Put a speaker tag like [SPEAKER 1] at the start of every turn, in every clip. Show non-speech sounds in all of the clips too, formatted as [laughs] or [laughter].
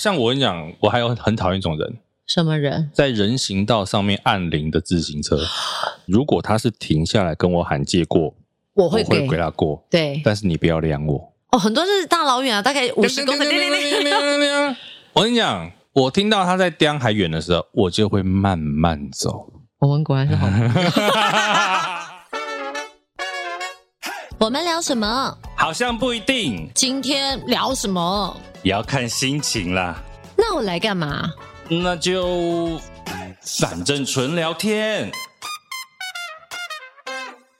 [SPEAKER 1] 像我跟你讲，我还有很讨厌一种人，
[SPEAKER 2] 什么人？
[SPEAKER 1] 在人行道上面按铃的自行车，如果他是停下来跟我喊借过，
[SPEAKER 2] 我
[SPEAKER 1] 我
[SPEAKER 2] 会给
[SPEAKER 1] 会给他过，
[SPEAKER 2] 对
[SPEAKER 1] 但是你不要量我。
[SPEAKER 2] 哦，很多是大老远啊，大概五十公分。
[SPEAKER 1] 我跟你讲，我听到他在颠还远的时候，我就会慢慢走。 [laughs]
[SPEAKER 2] 我们果然是好。 [laughs] 我们聊什么？
[SPEAKER 1] 好像不一定，
[SPEAKER 2] 今天聊什么？
[SPEAKER 1] 也要看心情啦。
[SPEAKER 2] 那我来干嘛？
[SPEAKER 1] 那就反正纯聊天。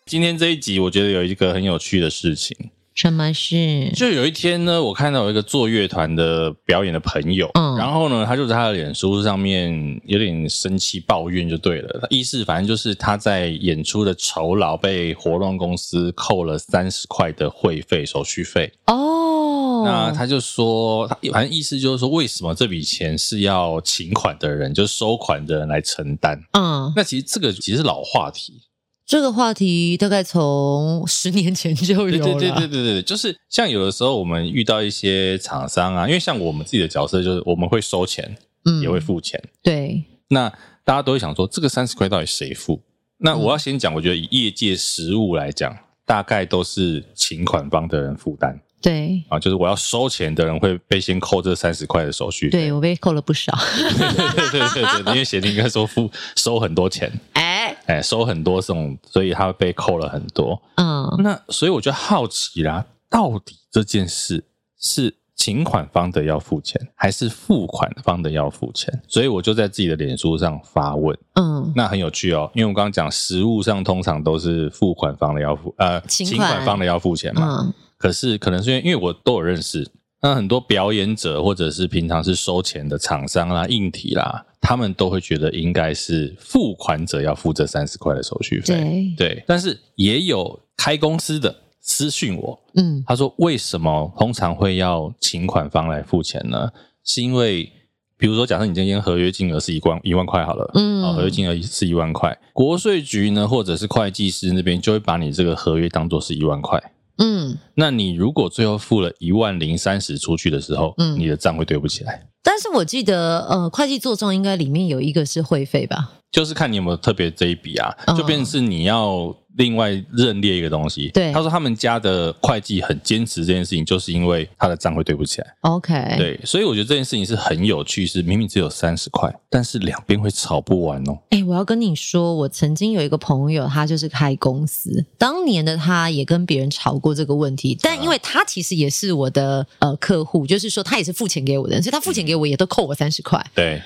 [SPEAKER 1] 今天这一集，我觉得有一个很有趣的事情，
[SPEAKER 2] 什么事？
[SPEAKER 1] 就有一天呢，我看到有一个做乐团的表演的朋友，
[SPEAKER 2] 嗯
[SPEAKER 1] 然后呢，他就在他的脸书上面有点生气抱怨就对了。意思反正就是他在演出的酬劳被活动公司扣了三十块的会费手续费，
[SPEAKER 2] 哦，
[SPEAKER 1] 那他就说，他反正意思就是说，为什么这笔钱是要请款的人，就是收款的人来承担？
[SPEAKER 2] 嗯，
[SPEAKER 1] 那其实这个其实是老话题，
[SPEAKER 2] 这个话题大概从十年前就
[SPEAKER 1] 对
[SPEAKER 2] 有
[SPEAKER 1] 对
[SPEAKER 2] 了。
[SPEAKER 1] 对对对对，就是像有的时候我们遇到一些厂商啊，因为像我们自己的角色就是我们会收钱，
[SPEAKER 2] 嗯
[SPEAKER 1] 也会付钱。
[SPEAKER 2] 对，
[SPEAKER 1] 那大家都会想说，这个三十块到底谁付？那我
[SPEAKER 2] 嗯
[SPEAKER 1] 要先讲，我觉得以业界实务来讲，大概都是请款方的人负担
[SPEAKER 2] 对，
[SPEAKER 1] 啊，就是我要收钱的人会被先扣这三十块的手续费。
[SPEAKER 2] 对我被扣了不少。
[SPEAKER 1] 对对对对对对，因为协定应该说付收很多钱，
[SPEAKER 2] [laughs] 哎，
[SPEAKER 1] 哎，收很多这种，所以他被扣了很多。
[SPEAKER 2] 嗯，
[SPEAKER 1] 那所以我就好奇啦，到底这件事是请款方的要付钱，还是付款方的要付钱？所以我就在自己的脸书上发问，
[SPEAKER 2] 嗯，
[SPEAKER 1] 那很有趣哦，因为我刚刚讲实物上通常都是付款方的要付，呃，
[SPEAKER 2] 请
[SPEAKER 1] 请
[SPEAKER 2] 款
[SPEAKER 1] 款方的要付钱嘛。
[SPEAKER 2] 嗯，
[SPEAKER 1] 可是可能是因为因为我都有认识，那很多表演者或者是平常是收钱的厂商啦、硬体啦，他们都会觉得应该是付款者要付这三十块的手续费。
[SPEAKER 2] 对，
[SPEAKER 1] 对，但是也有开公司的私讯我，
[SPEAKER 2] 嗯，
[SPEAKER 1] 他说为什么通常会要请款方来付钱呢？是因为比如说，假设你今天合约金额是一万一万块好了，
[SPEAKER 2] 嗯
[SPEAKER 1] 哦合约金额是一万块，国税局呢或者是会计师那边就会把你这个合约当做是一万块。
[SPEAKER 2] 嗯，
[SPEAKER 1] 那你如果最后付了一万零三十出去的时候，
[SPEAKER 2] 嗯
[SPEAKER 1] 你的账会对不起来，
[SPEAKER 2] 但是我记得，呃，会计做账应该里面有一个是会费吧？
[SPEAKER 1] 就是看你有没有特别这一笔啊，
[SPEAKER 2] 嗯
[SPEAKER 1] 就变成是你要另外认列一个东西。
[SPEAKER 2] 对
[SPEAKER 1] 他说他们家的会计很坚持这件事情，就是因为他的账会对不起来。
[SPEAKER 2] OK，，
[SPEAKER 1] 对，所以我觉得这件事情是很有趣，是明明只有三十块，但是两边会吵不完哦。
[SPEAKER 2] 哎、我要跟你说，我曾经有一个朋友，他就是开公司，当年的他也跟别人吵过这个问题，但因为他其实也是我的呃客户，就是说他也是付钱给我的人，所以他付钱给我也都扣我三十块。
[SPEAKER 1] 对，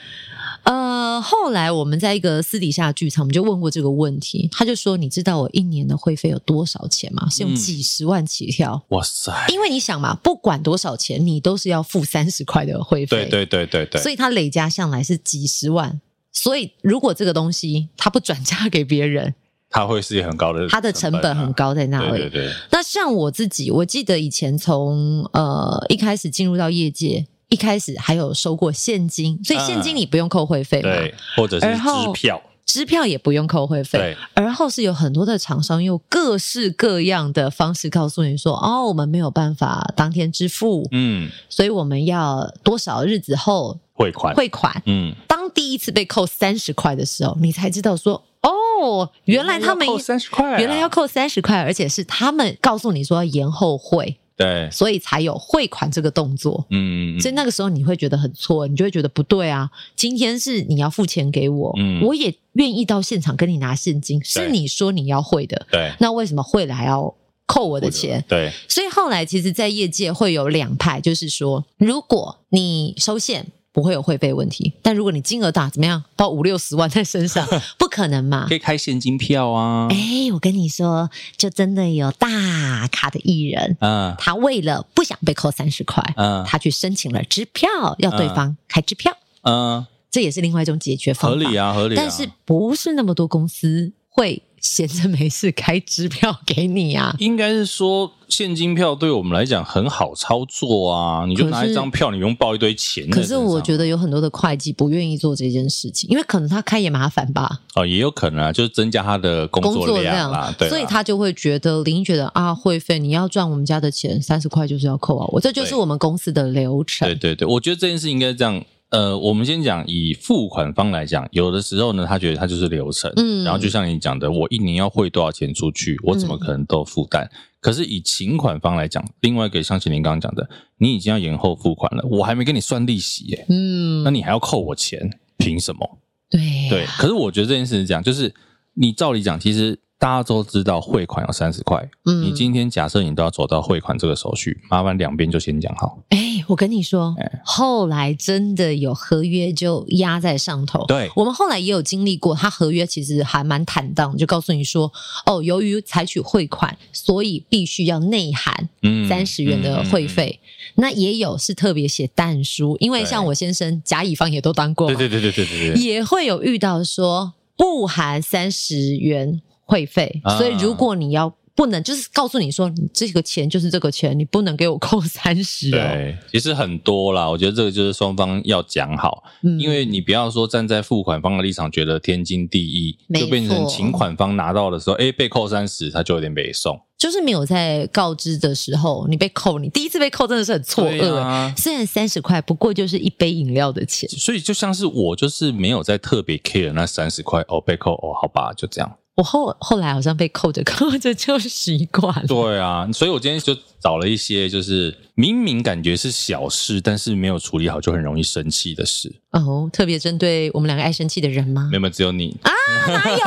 [SPEAKER 1] 嗯
[SPEAKER 2] 呃，后来我们在一个私底下的剧场，我们就问过这个问题，他就说：“你知道我一年的会费有多少钱吗？是用
[SPEAKER 1] 嗯
[SPEAKER 2] 几十万起跳。
[SPEAKER 1] 哇塞，
[SPEAKER 2] 因为你想嘛，不管多少钱，你都是要付三十块的会
[SPEAKER 1] 对
[SPEAKER 2] 费。
[SPEAKER 1] 对对对对，
[SPEAKER 2] 所以它累加上来是几十万。所以如果这个东西它不转嫁给别人，
[SPEAKER 1] 它会是一个很高的、
[SPEAKER 2] 它的成本很
[SPEAKER 1] 高。
[SPEAKER 2] 高在那里。
[SPEAKER 1] 对对对，
[SPEAKER 2] 那像我自己，我记得以前从呃一开始进入到业界，一开始还有收过现金，所以现金
[SPEAKER 1] 嗯
[SPEAKER 2] 你不用扣会费嘛，
[SPEAKER 1] 对，或者是
[SPEAKER 2] 然后
[SPEAKER 1] 支票，
[SPEAKER 2] 支票也不用扣会费。
[SPEAKER 1] 对
[SPEAKER 2] 而后是有很多的厂商用各式各样的方式告诉你说，哦，我们没有办法当天支付，
[SPEAKER 1] 嗯，
[SPEAKER 2] 所以我们要多少日子后
[SPEAKER 1] 汇款，
[SPEAKER 2] 汇款。
[SPEAKER 1] 嗯，
[SPEAKER 2] 当第一次被扣三十块的时候，你才知道说，哦，原来他们
[SPEAKER 1] 要扣三十块啊，
[SPEAKER 2] 原来要扣三十块，而且是他们告诉你说要延后汇，
[SPEAKER 1] 对，
[SPEAKER 2] 所以才有汇款这个动作。
[SPEAKER 1] 嗯，嗯
[SPEAKER 2] 所以那个时候你会觉得很错，你就会觉得不对啊！今天是你要付钱给我，
[SPEAKER 1] 嗯
[SPEAKER 2] 我也愿意到现场跟你拿现金，是你说你要汇的，
[SPEAKER 1] 对，
[SPEAKER 2] 那为什么汇了还要扣我的钱？
[SPEAKER 1] 对，
[SPEAKER 2] 所以后来其实，在业界会有两派，就是说，如果你收现不会有会费问题，但如果你金额大，怎
[SPEAKER 1] [laughs]
[SPEAKER 2] 么样到五六十万在身上，不可能嘛
[SPEAKER 1] 可？以开现金票啊，
[SPEAKER 2] 哎，我跟你说，就真的有大咖的艺人，
[SPEAKER 1] 嗯
[SPEAKER 2] 他为了不想被扣三十块，
[SPEAKER 1] 嗯
[SPEAKER 2] 他去申请了支票，要对方开支票，
[SPEAKER 1] 嗯，
[SPEAKER 2] 这也是另外一种解决方
[SPEAKER 1] 合
[SPEAKER 2] 法。
[SPEAKER 1] 理啊，合理啊，
[SPEAKER 2] 但是不是那么多公司会闲着没事开支票给你啊。
[SPEAKER 1] 应该是说现金票对我们来讲很好操作啊，你就拿一张票，你不用报一堆钱在
[SPEAKER 2] 可
[SPEAKER 1] 身
[SPEAKER 2] 是
[SPEAKER 1] 上。
[SPEAKER 2] 我觉得有很多的会计不愿意做这件事情，因为可能他开也麻烦吧，
[SPEAKER 1] 哦，也有可能啊，就是增加他的工
[SPEAKER 2] 工作
[SPEAKER 1] 量啦，对啦啊
[SPEAKER 2] 所以他就会觉得林觉得啊，会费你要赚我们家的钱，三十块就是要扣啊，我这就是
[SPEAKER 1] 对
[SPEAKER 2] 我们公司的流程
[SPEAKER 1] 对。对对，我觉得这件事应该这样。呃，我们先讲以付款方来讲，有的时候呢，他觉得他就是流程，
[SPEAKER 2] 嗯
[SPEAKER 1] 然后就像你讲的，我一年要汇多少钱出去，我怎么可能都负担？可是以请款方来讲，另外一个像秦林刚刚讲的，你已经要延后付款了，我还没跟你算利息耶，
[SPEAKER 2] 嗯哎
[SPEAKER 1] 那，你还要扣我钱，凭什么？
[SPEAKER 2] 对
[SPEAKER 1] 对，可是我觉得这件事是这样，就是你照理讲，其实大家都知道汇款要三十块，
[SPEAKER 2] 嗯
[SPEAKER 1] 你今天假设你都要走到汇款这个手续，麻烦两边就先讲好。
[SPEAKER 2] 哎，我跟你说
[SPEAKER 1] 哎，
[SPEAKER 2] 后来真的有合约就压在上头。
[SPEAKER 1] 对
[SPEAKER 2] 我们后来也有经历过，他合约其实还蛮坦荡，就告诉你说，哦，由于采取汇款，所以必须要内涵
[SPEAKER 1] 嗯
[SPEAKER 2] 三十元的会、费。那也有是特别写淡书，因为
[SPEAKER 1] 对
[SPEAKER 2] 像我先生甲乙方也都当过
[SPEAKER 1] 嗯嗯嗯
[SPEAKER 2] 嘛，
[SPEAKER 1] 对对对对对
[SPEAKER 2] [laughs]
[SPEAKER 1] 对对，
[SPEAKER 2] 也会有遇到说不含三十元会费，
[SPEAKER 1] 啊
[SPEAKER 2] 所以如果你要。不能，就是告诉你说，你这个钱就是这个钱，你不能给我扣 [laughs] 三十哦。
[SPEAKER 1] 对，其实很多啦，我觉得这个就是双方要讲好，
[SPEAKER 2] 嗯
[SPEAKER 1] 因为你不要说站在付款方的立场觉得天经地义，
[SPEAKER 2] 没
[SPEAKER 1] 就变成
[SPEAKER 2] 错
[SPEAKER 1] 请款方拿到的时候，哎，被扣三十，他就有点被送。
[SPEAKER 2] 就是没有在告知的时候，你被扣，你第一次被扣真的是很错愕。欸
[SPEAKER 1] 对啊
[SPEAKER 2] 虽然三十块，不过就是一杯饮料的钱。
[SPEAKER 1] 所以就像是我就是没有在特别 care 那三十块哦，被扣哦，好吧，就这样。
[SPEAKER 2] 我后后来好像被扣着扣着就习惯了。
[SPEAKER 1] 对啊，所以我今天就找了一些，就是明明感觉是小事，但是没有处理好就很容易生气的事。
[SPEAKER 2] 哦，特别针对我们两个爱生气的人
[SPEAKER 1] [laughs]
[SPEAKER 2] 吗
[SPEAKER 1] 没？有，没有只有你。
[SPEAKER 2] 啊哪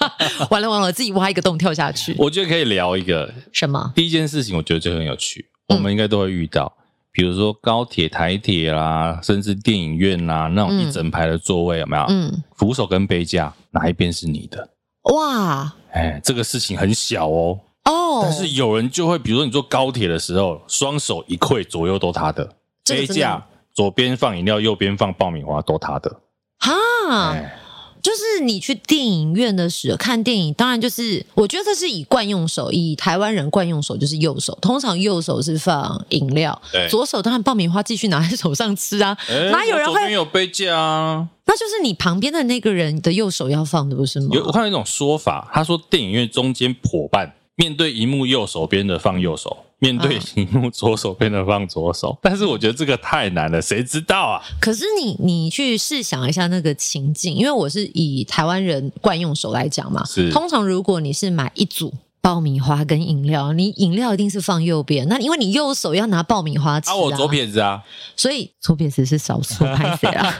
[SPEAKER 2] 有？ [laughs] 完了完了，我自己挖一个洞跳下去。
[SPEAKER 1] 我觉得可以聊一个
[SPEAKER 2] 什么？
[SPEAKER 1] 第一件事情，我觉得就很有趣，
[SPEAKER 2] 嗯
[SPEAKER 1] 我们应该都会遇到，比如说高铁、台铁啦，甚至电影院啦，那种
[SPEAKER 2] 嗯
[SPEAKER 1] 一整排的座位有没有？
[SPEAKER 2] 嗯，
[SPEAKER 1] 扶手跟杯架哪一边是你的？
[SPEAKER 2] 哇
[SPEAKER 1] 哎，这个事情很小哦，
[SPEAKER 2] 哦，
[SPEAKER 1] 但是有人就会，比如说你坐高铁的时候，双手一跪，左右都他的
[SPEAKER 2] 这个
[SPEAKER 1] 杯
[SPEAKER 2] 真的
[SPEAKER 1] 架，左边放饮料，右边放爆米花，都他的。
[SPEAKER 2] 哈，
[SPEAKER 1] 哎，
[SPEAKER 2] 就是你去电影院的时候看电影，当然就是我觉得这是以惯用手，以台湾人惯用手就是右手，通常右手是放饮料
[SPEAKER 1] 对，
[SPEAKER 2] 左手当然爆米花继续拿在手上吃啊。
[SPEAKER 1] 哎
[SPEAKER 2] 哪有人
[SPEAKER 1] 我左
[SPEAKER 2] 会
[SPEAKER 1] 边有杯架啊？
[SPEAKER 2] 那就是你旁边的那个人的右手要放的，不是吗？
[SPEAKER 1] 有我看到一种说法，他说电影院中间伙伴面对荧幕右手边的放右手，面对
[SPEAKER 2] 啊
[SPEAKER 1] 荧幕左手边的放左
[SPEAKER 2] [laughs]
[SPEAKER 1] 手。但是我觉得这个太难了，谁知道啊？
[SPEAKER 2] 可是你你去试想一下那个情境，因为我是以台湾人惯用手来讲嘛，
[SPEAKER 1] 是
[SPEAKER 2] 通常如果你是买一组。爆米花跟饮料，你饮料一定是放右边，那因为你右手要拿爆米花吃、
[SPEAKER 1] 啊，我左撇子啊，
[SPEAKER 2] 所以左撇子是少数拍谁
[SPEAKER 1] [laughs]
[SPEAKER 2] 啊？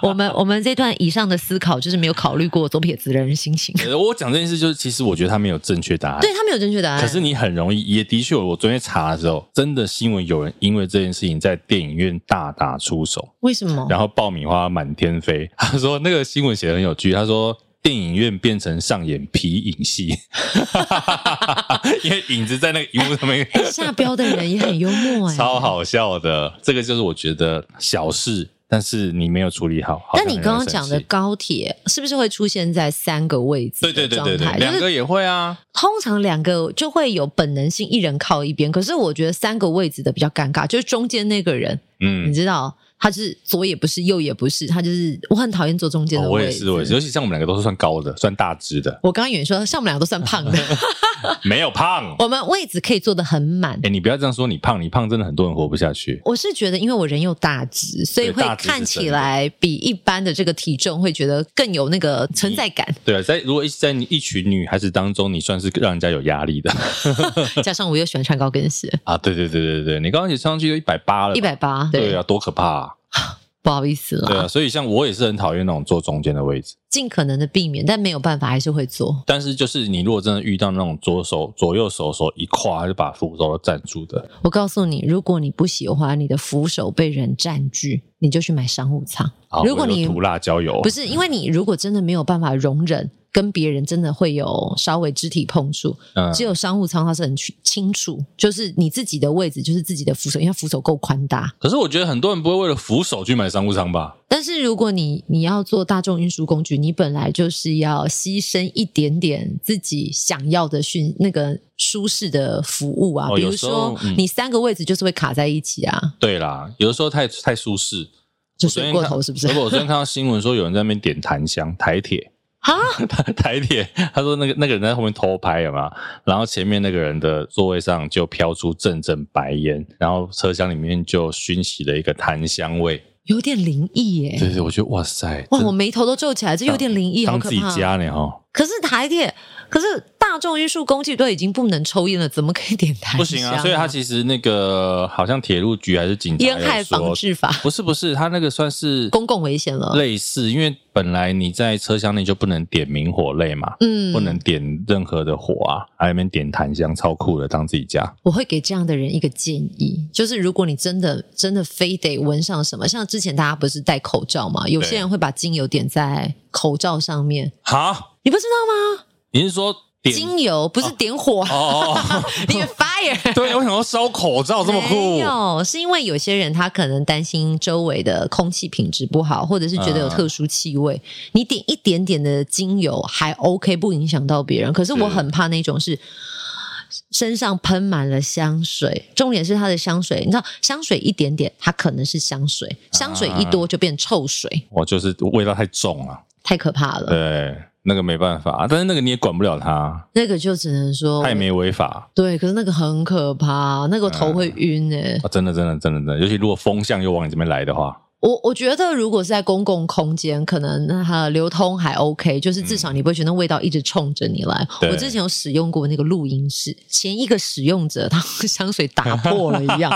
[SPEAKER 2] 我们我们这段以上的思考就是没有考虑过左撇子的人
[SPEAKER 1] [laughs]
[SPEAKER 2] 心情，
[SPEAKER 1] 呃我讲这件事就是，其实我觉得他没有正确答案。
[SPEAKER 2] 对他没有正确答案。
[SPEAKER 1] 可是你很容易，也的确，我昨天查的时候，真的新闻有人因为这件事情在电影院大打出手，
[SPEAKER 2] 为什
[SPEAKER 1] [laughs]
[SPEAKER 2] 么？
[SPEAKER 1] 然后爆米花满天飞。 [laughs] 他说那个新闻写的很有趣，他说电影院变成上演皮影戏， [laughs] 因为影子在那个荧幕上面，
[SPEAKER 2] 哎下标的人也很幽默哎、
[SPEAKER 1] 超好笑的。这个就是我觉得小事，但是你没有处理好。好
[SPEAKER 2] 那
[SPEAKER 1] 像
[SPEAKER 2] 你
[SPEAKER 1] 很
[SPEAKER 2] 刚
[SPEAKER 1] 容
[SPEAKER 2] 刚
[SPEAKER 1] 易
[SPEAKER 2] 讲
[SPEAKER 1] 生
[SPEAKER 2] 的
[SPEAKER 1] 气。
[SPEAKER 2] 高铁是不是会出现在三个位置
[SPEAKER 1] 对
[SPEAKER 2] 的
[SPEAKER 1] 对对
[SPEAKER 2] 状
[SPEAKER 1] 对对，
[SPEAKER 2] 态？
[SPEAKER 1] 两
[SPEAKER 2] 就
[SPEAKER 1] 个
[SPEAKER 2] 是
[SPEAKER 1] 也会啊，
[SPEAKER 2] 通常两个就会有本能性，一人靠一边。可是我觉得三个位置的比较尴尬，就是中间那个人，你
[SPEAKER 1] 嗯，
[SPEAKER 2] 知道，他就是左也不是，右也不是，他就是我很讨厌坐中间
[SPEAKER 1] 哦
[SPEAKER 2] 的
[SPEAKER 1] 我也
[SPEAKER 2] 位置。
[SPEAKER 1] 是，我也是，尤其像我们两个都是算高的，算大只的，
[SPEAKER 2] 我刚刚以为说，像我们两个都算胖的，
[SPEAKER 1] [laughs] 没有胖。
[SPEAKER 2] 我们位置可以坐得很满
[SPEAKER 1] 哎、。你不要这样说，你胖，你胖真的很多人活不下去。
[SPEAKER 2] 我是觉得，因为我人又大只，所以
[SPEAKER 1] 对
[SPEAKER 2] 会
[SPEAKER 1] 大只是
[SPEAKER 2] 看起
[SPEAKER 1] 真的
[SPEAKER 2] 来比一般的这个体重会觉得更有那个存在感。
[SPEAKER 1] 对啊，在如果一在你一群女孩子当中，你算是让人家有压力的
[SPEAKER 2] 加上我又喜欢穿高跟鞋，
[SPEAKER 1] 啊！对对对对对，你刚刚也上去就一百八了吧，
[SPEAKER 2] 一百八，
[SPEAKER 1] [laughs] 对啊，多可怕、啊！
[SPEAKER 2] 不好意思
[SPEAKER 1] 对
[SPEAKER 2] 啦，
[SPEAKER 1] 啊，所以像我也是很讨厌那种坐中间的位置，
[SPEAKER 2] 尽可能的避免，但没有办法还是会做。
[SPEAKER 1] 但是就是你如果真的遇到那种左手左右手手一跨就把扶手都占住的，
[SPEAKER 2] 我告诉你，如果你不喜欢你的扶手被人占据，你就去买商务舱
[SPEAKER 1] 啊。
[SPEAKER 2] 如果
[SPEAKER 1] 我就
[SPEAKER 2] 你
[SPEAKER 1] 涂辣椒油，
[SPEAKER 2] 不是因为你如果真的没有办法容忍跟别人真的会有稍微肢体碰触，
[SPEAKER 1] 嗯
[SPEAKER 2] 只有商务舱它是很清清楚，就是你自己的位置就是自己的扶手，因为它扶手够宽大。
[SPEAKER 1] 可是我觉得很多人不会为了扶手去买商务舱吧？
[SPEAKER 2] 但是如果你你要做大众运输工具，你本来就是要牺牲一点点自己想要的讯那个舒适的服务啊，
[SPEAKER 1] 哦
[SPEAKER 2] 比如
[SPEAKER 1] 有时候
[SPEAKER 2] 说、
[SPEAKER 1] 嗯
[SPEAKER 2] 你三个位置就是会卡在一起啊，
[SPEAKER 1] 对啦，有的时候太太舒适，
[SPEAKER 2] 就
[SPEAKER 1] 我昨
[SPEAKER 2] 水
[SPEAKER 1] 天
[SPEAKER 2] 过
[SPEAKER 1] 看
[SPEAKER 2] 头是不是 [laughs]
[SPEAKER 1] 不？我昨天看到新闻说有人在那边点檀香、台铁、
[SPEAKER 2] 啊，
[SPEAKER 1] 台台铁，他说那个那个人在后面偷拍有吗？然后前面那个人的座位上就飘出阵阵白烟，然后车厢里面就熏习了一个檀香味。
[SPEAKER 2] 有点灵异耶、
[SPEAKER 1] 对对，我觉得哇塞，
[SPEAKER 2] 哎哇，
[SPEAKER 1] 真
[SPEAKER 2] 我眉头都皱起来，这有点灵异，好
[SPEAKER 1] 当
[SPEAKER 2] 可
[SPEAKER 1] 自己
[SPEAKER 2] 怕。哦
[SPEAKER 1] 家呢哈，
[SPEAKER 2] 可是台铁，可是大众运输工具都已经不能抽烟了，怎么可以点台、
[SPEAKER 1] 不行啊！所以他其实那个好像铁路局还是警察
[SPEAKER 2] [laughs] 烟害
[SPEAKER 1] 有说
[SPEAKER 2] 防治法
[SPEAKER 1] 不是不是，他那个算是
[SPEAKER 2] 公共危险了。
[SPEAKER 1] 类似，因为本来你在车厢内就不能点明火类嘛，
[SPEAKER 2] 嗯，
[SPEAKER 1] 不能。点任何的火啊，还有那边点檀香，超酷的，当自己家。
[SPEAKER 2] 我会给这样的人一个建议，就是如果你真的真的非得闻上什么，像之前大家不是戴口罩嘛，有些人会把精油点在口罩上面，
[SPEAKER 1] 好，
[SPEAKER 2] 你不知道吗？
[SPEAKER 1] 你是说点？
[SPEAKER 2] 精油不是点火，
[SPEAKER 1] 哦，哦
[SPEAKER 2] [laughs] 你 fire。
[SPEAKER 1] 对，我想说烧口罩哦这么
[SPEAKER 2] 没
[SPEAKER 1] 酷，
[SPEAKER 2] 有，是因为有些人他可能担心周围的空气品质不好，或者是觉得有特殊气味。你点一点点的精油还 OK，不影响到别人。可是我
[SPEAKER 1] 是
[SPEAKER 2] 很怕那种是身上喷满了香水，重点是它的香水，你知道香水一点点，它可能是香水，
[SPEAKER 1] 啊
[SPEAKER 2] 香水一多就变臭水，
[SPEAKER 1] 我就是味道太重了，
[SPEAKER 2] 太可怕了。
[SPEAKER 1] 对，那个没办法，啊但是那个你也管不了他，
[SPEAKER 2] 那个就只能说
[SPEAKER 1] 他也没违法。
[SPEAKER 2] 对，可是那个很可怕，那个头会晕哎、
[SPEAKER 1] 啊，真的，真的，真的，真的，尤其如果风向又往你这边来的话，
[SPEAKER 2] 我我觉得，如果是在公共空间，可能它的流通还 OK，就是至少你不会觉得那味道一直冲着你来。
[SPEAKER 1] 嗯对
[SPEAKER 2] 我之前有使用过那个录音室，前一个使用者他香水打破了一
[SPEAKER 1] [laughs]
[SPEAKER 2] 样，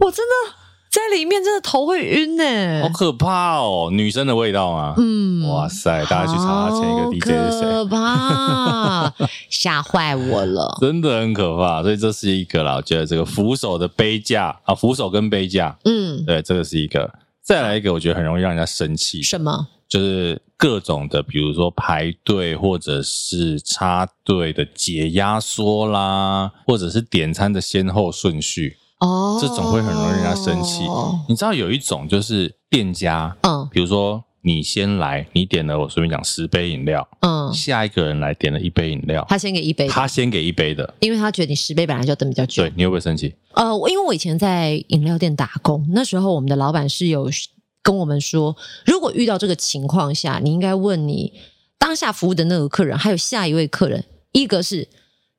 [SPEAKER 2] 我真的在里面真的头会晕呢、
[SPEAKER 1] 好可怕哦，女生的味道啊，
[SPEAKER 2] 嗯
[SPEAKER 1] 哇塞，大家去查前一个 DJ 是谁，
[SPEAKER 2] 好
[SPEAKER 1] [laughs]
[SPEAKER 2] 可怕，吓坏我了。
[SPEAKER 1] 真的很可怕，所以这是一个啦，我觉得这个扶手的杯架啊，扶手跟杯架，
[SPEAKER 2] 嗯，
[SPEAKER 1] 对，这个是一个。再来一个，我觉得很容易让人家生气，
[SPEAKER 2] 什么？
[SPEAKER 1] 就是各种的，比如说排队或者是插队的解压缩啦，或者是点餐的先后顺序，
[SPEAKER 2] 哦，
[SPEAKER 1] 这种会很容易让人家生气。你知道有一种就是店家，
[SPEAKER 2] 嗯
[SPEAKER 1] 比如说你先来，你点了我随便讲十杯饮料，
[SPEAKER 2] 嗯，
[SPEAKER 1] 下一个人来点了一杯饮料，
[SPEAKER 2] 他先给一杯，
[SPEAKER 1] 他先给一杯的，
[SPEAKER 2] 因为他觉得你十杯本来就等比较久
[SPEAKER 1] 对。你会不会生气？
[SPEAKER 2] 呃，我因为我以前在饮料店打工，那时候我们的老板是有跟我们说，如果遇到这个情况下，你应该问你当下服务的那个客人，还有下一位客人，一个是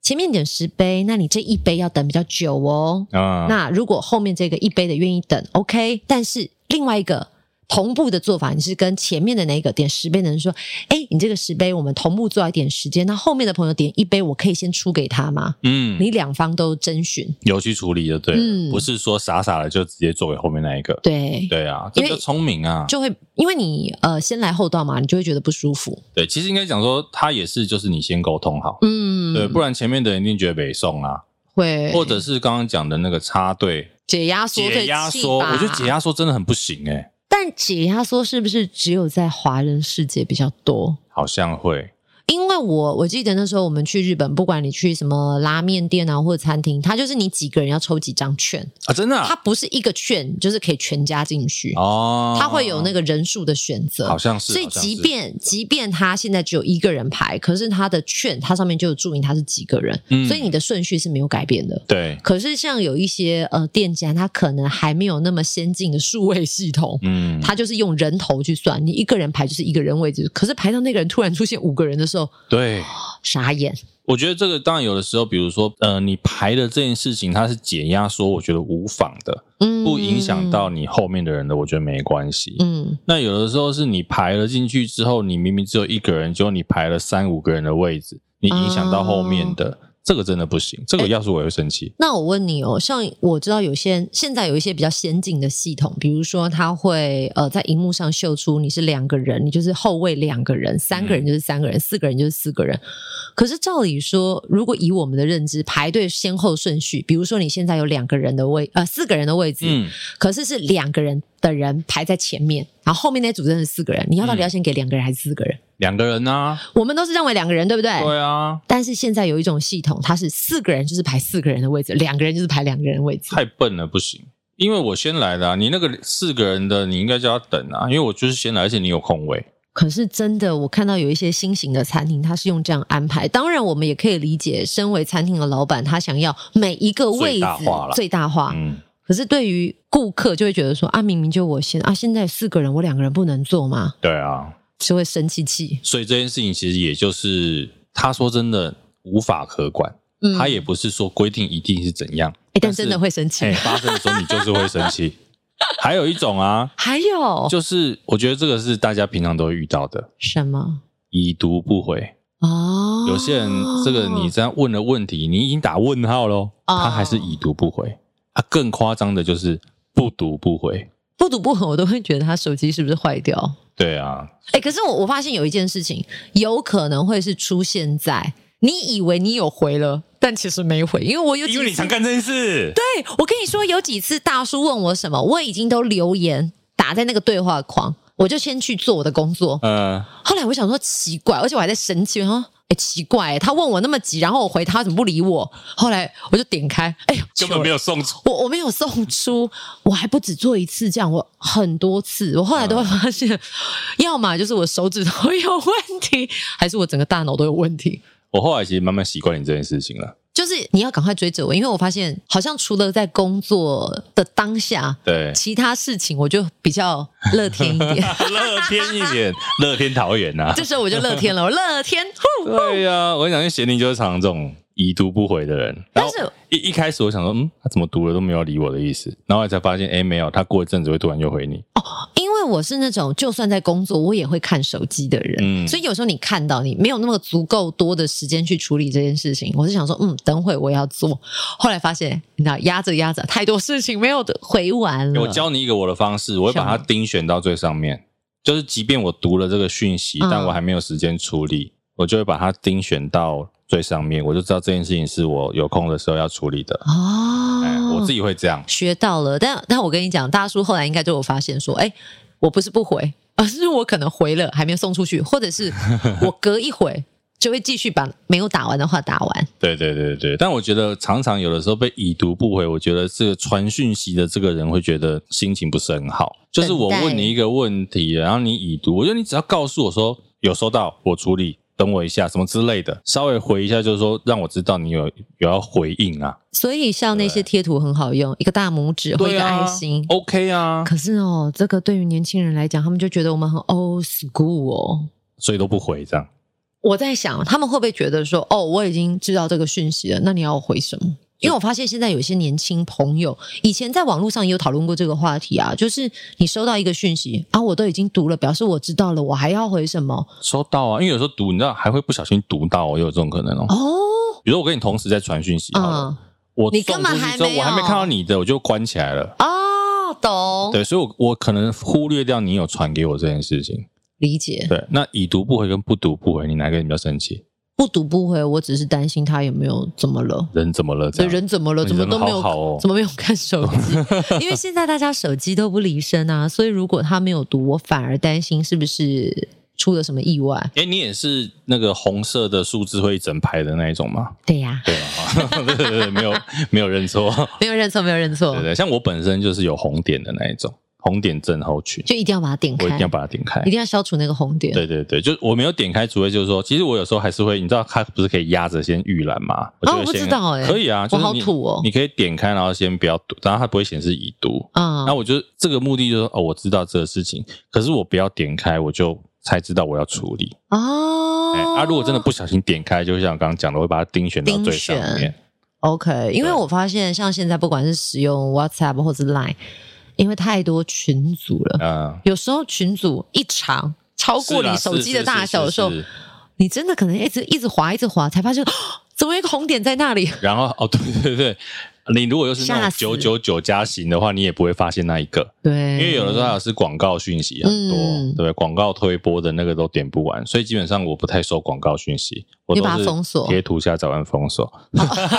[SPEAKER 2] 前面点十杯，那你这一杯要等比较久哦。
[SPEAKER 1] 啊、
[SPEAKER 2] 那如果后面这个一杯的愿意等，OK，但是另外一个。同步的做法，你是跟前面的那个点十杯的人说：“哎，你这个十杯我们同步做一点时间，那后面的朋友点一杯，我可以先出给他吗？”
[SPEAKER 1] 嗯，
[SPEAKER 2] 你两方都征询，
[SPEAKER 1] 有去处理就对了，
[SPEAKER 2] 嗯
[SPEAKER 1] 不是说傻傻的就直接做给后面那一个。
[SPEAKER 2] 对，
[SPEAKER 1] 对啊，
[SPEAKER 2] 因
[SPEAKER 1] 这
[SPEAKER 2] 为
[SPEAKER 1] 就聪明啊。
[SPEAKER 2] 就会因为你呃先来后到嘛，你就会觉得不舒服。
[SPEAKER 1] 对，其实应该讲说，他也是就是你先沟通好，
[SPEAKER 2] 嗯
[SPEAKER 1] 对，不然前面的人一定觉得北宋啊，
[SPEAKER 2] 会
[SPEAKER 1] 或者是刚刚讲的那个插队
[SPEAKER 2] 解压缩
[SPEAKER 1] 解压缩，我觉得解，压缩真的很不行哎、
[SPEAKER 2] 但解压缩是不是只有在华人世界比较多？
[SPEAKER 1] 好像会
[SPEAKER 2] 因为我我记得那时候我们去日本，不管你去什么拉面店啊或者餐厅，它就是你几个人要抽几张券，
[SPEAKER 1] 啊，真的啊、
[SPEAKER 2] 它不是一个券，就是可以全家进去，
[SPEAKER 1] 哦，
[SPEAKER 2] 它会有那个人数的选择。
[SPEAKER 1] 好像是，
[SPEAKER 2] 所以，
[SPEAKER 1] 好像
[SPEAKER 2] 即
[SPEAKER 1] 是
[SPEAKER 2] 便即便他现在只有一个人排，可是他的券它上面就有注明他是几个人，
[SPEAKER 1] 嗯
[SPEAKER 2] 所以你的顺序是没有改变的。
[SPEAKER 1] 对，
[SPEAKER 2] 可是像有一些呃店家，他可能还没有那么先进的数位系统。
[SPEAKER 1] 嗯，
[SPEAKER 2] 他就是用人头去算，你一个人排就是一个人位置，可是排到那个人突然出现五个人的时候，哦
[SPEAKER 1] 对，
[SPEAKER 2] 傻眼。
[SPEAKER 1] 我觉得这个当然有的时候，比如说呃，你排的这件事情它是解压缩，我觉得无妨的，
[SPEAKER 2] 嗯，
[SPEAKER 1] 不影响到你后面的人的，我觉得没关系，
[SPEAKER 2] 嗯
[SPEAKER 1] 那有的时候是你排了进去之后，你明明只有一个人，结果你排了三五个人的位置，你影响到后面的，
[SPEAKER 2] 哦
[SPEAKER 1] 这个真的不行。
[SPEAKER 2] 哎
[SPEAKER 1] 这个要是我也会生气。
[SPEAKER 2] 那我问你哦，像我知道有些现在有一些比较先进的系统，比如说它会呃在荧幕上秀出你是两个人，你就是后卫两个人，三个人就是三个人，四个人就是四个人。可是照理说，如果以我们的认知排队先后顺序，比如说你现在有两个人的位呃四个人的位置，
[SPEAKER 1] 嗯，
[SPEAKER 2] 可是是两个人的人排在前面，然后后面那组真的是四个人，你要到底要先给两个人还是四个人？
[SPEAKER 1] 两个人啊，
[SPEAKER 2] 我们都是认为两个人，对不对？
[SPEAKER 1] 对啊，
[SPEAKER 2] 但是现在有一种系统，它是四个人就是排四个人的位置，两个人就是排两个人的位置。
[SPEAKER 1] 太笨了，不行。因为我先来的啊，你那个四个人的，你应该叫他等啊，因为我就是先来，而且你有空位。
[SPEAKER 2] 可是真的，我看到有一些新型的餐厅，它是用这样安排。当然，我们也可以理解，身为餐厅的老板，他想要每一个
[SPEAKER 1] 最
[SPEAKER 2] 位置
[SPEAKER 1] 大化啦
[SPEAKER 2] 最大化
[SPEAKER 1] 嗯，
[SPEAKER 2] 可是对于顾客就会觉得说啊，明明就我先啊，现在四个人，我两个人不能坐吗？
[SPEAKER 1] 对啊，
[SPEAKER 2] 就会生气气。
[SPEAKER 1] 所以这件事情其实也就是他说真的无法可管，
[SPEAKER 2] 嗯
[SPEAKER 1] 他也不是说规定一定是怎样，
[SPEAKER 2] 诶但
[SPEAKER 1] 但是
[SPEAKER 2] 真的会生气。
[SPEAKER 1] 哎、发生的时候你就是会生
[SPEAKER 2] [laughs]
[SPEAKER 1] 气。还有一种啊，
[SPEAKER 2] 还有
[SPEAKER 1] 就是我觉得这个是大家平常都会遇到的，
[SPEAKER 2] 什么？
[SPEAKER 1] 已读不回。
[SPEAKER 2] 哦，
[SPEAKER 1] 有些人这个你这样问了问题，你已经打问号喽，他还是已读不回。啊，更夸张的就是不读不回。
[SPEAKER 2] 不读不回，我都会觉得他手机是不是坏掉？
[SPEAKER 1] 对啊，
[SPEAKER 2] 哎、可是我我发现有一件事情，有可能会是出现在你以为你有回了，但其实没回，因为我有几
[SPEAKER 1] 因为你
[SPEAKER 2] 次
[SPEAKER 1] 常干这件事。
[SPEAKER 2] 对我跟你说，有几次大叔问我什么，我已经都留言打在那个对话框，我就先去做我的工作。
[SPEAKER 1] 呃，
[SPEAKER 2] 后来我想说奇怪，而且我还在生气，然后。哎、奇怪、他问我那么急，然后我回他怎么不理我？后来我就点开，哎、呦，
[SPEAKER 1] 根本没有送出。
[SPEAKER 2] 我我没有送出，我还不止做一次这样，我很多次，我后来都会发现，要么就是我手指头有问题，还是我整个大脑都有问题。
[SPEAKER 1] 我后来其实慢慢习惯你这件事情了。
[SPEAKER 2] 就是你要赶快追着我，因为我发现好像除了在工作的当下，，
[SPEAKER 1] 对 [laughs]
[SPEAKER 2] 其他事情我就比较乐天一点。
[SPEAKER 1] 乐天一点，乐天桃园呐、啊。
[SPEAKER 2] 这时候我就乐天了，我乐天。呼
[SPEAKER 1] 对呀、我跟你讲，因为贤宁就是常常这种已读不回的人。然后
[SPEAKER 2] 但是
[SPEAKER 1] 一一开始我想说，嗯，他怎么读了都没有理我的意思，然后才发现，哎，没有，他过一阵子会突然就回你。
[SPEAKER 2] 嗯因为我是那种就算在工作，我也会看手机的人，
[SPEAKER 1] 嗯
[SPEAKER 2] 所以有时候你看到你没有那么足够多的时间去处理这件事情，我是想说，嗯，等会我要做。后来发现，你知道，压着压着，太多事情没有的回完了。
[SPEAKER 1] 我教你一个我的方式，我会把它
[SPEAKER 2] 什么
[SPEAKER 1] 盯选到最上面，就是即便我读了这个讯息，
[SPEAKER 2] 嗯
[SPEAKER 1] 但我还没有时间处理，我就会把它盯选到最上面，我就知道这件事情是我有空的时候要处理的。
[SPEAKER 2] 哦，
[SPEAKER 1] 哎，我自己会这样。
[SPEAKER 2] 学到了，但但我跟你讲，大叔后来应该就有发现说，哎，我不是不回，而是我可能回了还没有送出去，或者是我隔一会就会继续把没有打完的话打完。
[SPEAKER 1] 对对对对，但我觉得常常有的时候被已读不回，我觉得这个传讯息的这个人会觉得心情不是很好。就是我问你一个问题，然后你已读，我觉得你只要告诉我说有收到，我处理，等我一下什么之类的，稍微回一下，就是说让我知道你有有要回应啊，
[SPEAKER 2] 所以像那些贴图很好用，一个大拇指或一
[SPEAKER 1] 对
[SPEAKER 2] 个
[SPEAKER 1] 啊
[SPEAKER 2] 爱心。
[SPEAKER 1] ，OK 啊，
[SPEAKER 2] 可是哦，这个对于年轻人来讲，他们就觉得我们很 old school 哦。
[SPEAKER 1] 所以都不回这样。
[SPEAKER 2] 我在想，他们会不会觉得说，哦，我已经知道这个讯息了，那你要我回什么？因为我发现现在有一些年轻朋友，以前在网络上也有讨论过这个话题啊，就是你收到一个讯息啊，我都已经读了，表示我知道了，我还要回什么？
[SPEAKER 1] 收到啊，因为有时候读，你知道还会不小心读到、哦，也有这种可能哦。
[SPEAKER 2] 哦，
[SPEAKER 1] 比如说我跟你同时在传讯息好了，
[SPEAKER 2] 嗯，
[SPEAKER 1] 我
[SPEAKER 2] 你
[SPEAKER 1] 送
[SPEAKER 2] 根本
[SPEAKER 1] 出去
[SPEAKER 2] 还
[SPEAKER 1] 之后，
[SPEAKER 2] 没
[SPEAKER 1] 我还没
[SPEAKER 2] 有
[SPEAKER 1] 看到你的，我就关起来了。
[SPEAKER 2] 哦，懂，
[SPEAKER 1] 对，所以我我可能忽略掉你有传给我这件事情。
[SPEAKER 2] 理解。
[SPEAKER 1] 对，那已读不回跟不读不回，你哪个你比较生气？
[SPEAKER 2] 不读不回，我只是担心他有没有怎么了。
[SPEAKER 1] 人怎么了？这
[SPEAKER 2] 这
[SPEAKER 1] 样
[SPEAKER 2] 人怎么了？
[SPEAKER 1] 你
[SPEAKER 2] 怎么
[SPEAKER 1] 人
[SPEAKER 2] 都没有
[SPEAKER 1] 好好哦
[SPEAKER 2] [laughs] 怎么没有看手机？
[SPEAKER 1] [laughs]
[SPEAKER 2] 因为现在大家手机都不离身啊，所以如果他没有读，我反而担心是不是出了什么意外。
[SPEAKER 1] 哎、你也是那个红色的数字会一整排的那一种吗？
[SPEAKER 2] 对呀、
[SPEAKER 1] 对啊， [laughs] 对对对，没有没有认
[SPEAKER 2] [laughs]
[SPEAKER 1] 错，
[SPEAKER 2] 没有认错，没有认错
[SPEAKER 1] 哦对，对，像我本身就是有红点的那一种，红点症候群，
[SPEAKER 2] 就一定要把它点
[SPEAKER 1] 我一
[SPEAKER 2] 开，
[SPEAKER 1] 定要把它点开
[SPEAKER 2] 一。定要消除那个红点。
[SPEAKER 1] 对对对，就我没有点开，除非就是说，其实我有时候还是会，你知道它不是可以压着先预览吗？我就
[SPEAKER 2] 我
[SPEAKER 1] 会
[SPEAKER 2] 不
[SPEAKER 1] 先
[SPEAKER 2] 知道欸
[SPEAKER 1] 可以啊，就是
[SPEAKER 2] 我好
[SPEAKER 1] 你
[SPEAKER 2] 土哦
[SPEAKER 1] 你可以点开，然后先不要读，然后它不会显示已读，
[SPEAKER 2] 啊、
[SPEAKER 1] 那我就这个目的就是哦，我知道这个事情，可是我不要点开，我就才知道我要处理。
[SPEAKER 2] 哦，
[SPEAKER 1] 哎、啊，如果真的不小心点开，就像我刚刚讲的，我会把它盯选到最上
[SPEAKER 2] 盯
[SPEAKER 1] 面
[SPEAKER 2] 选。OK，因为
[SPEAKER 1] 对
[SPEAKER 2] 我发现像现在不管是使用 WhatsApp 或是 Line，因为太多群组了，
[SPEAKER 1] 嗯，
[SPEAKER 2] 有时候群组一长超过
[SPEAKER 1] 是啦
[SPEAKER 2] 你手机的大小的时候
[SPEAKER 1] 是是，是是
[SPEAKER 2] 你真的可能一直一直滑，一直滑，才发现 [gasps] 怎么有一个红点在那里？
[SPEAKER 1] 然后哦，对对对，你如果又是那
[SPEAKER 2] 吓
[SPEAKER 1] 种
[SPEAKER 2] 死
[SPEAKER 1] 九九九加型的话，你也不会发现那一个，
[SPEAKER 2] 对，
[SPEAKER 1] 因
[SPEAKER 2] 因
[SPEAKER 1] 为有的时候还有是广告讯息很多，
[SPEAKER 2] 嗯
[SPEAKER 1] 对不对？广告推播的那个都点不完，所以基本上我不太收广告讯息，我
[SPEAKER 2] 你
[SPEAKER 1] 都
[SPEAKER 2] 把它
[SPEAKER 1] 是
[SPEAKER 2] 封锁
[SPEAKER 1] 贴图下载完封锁。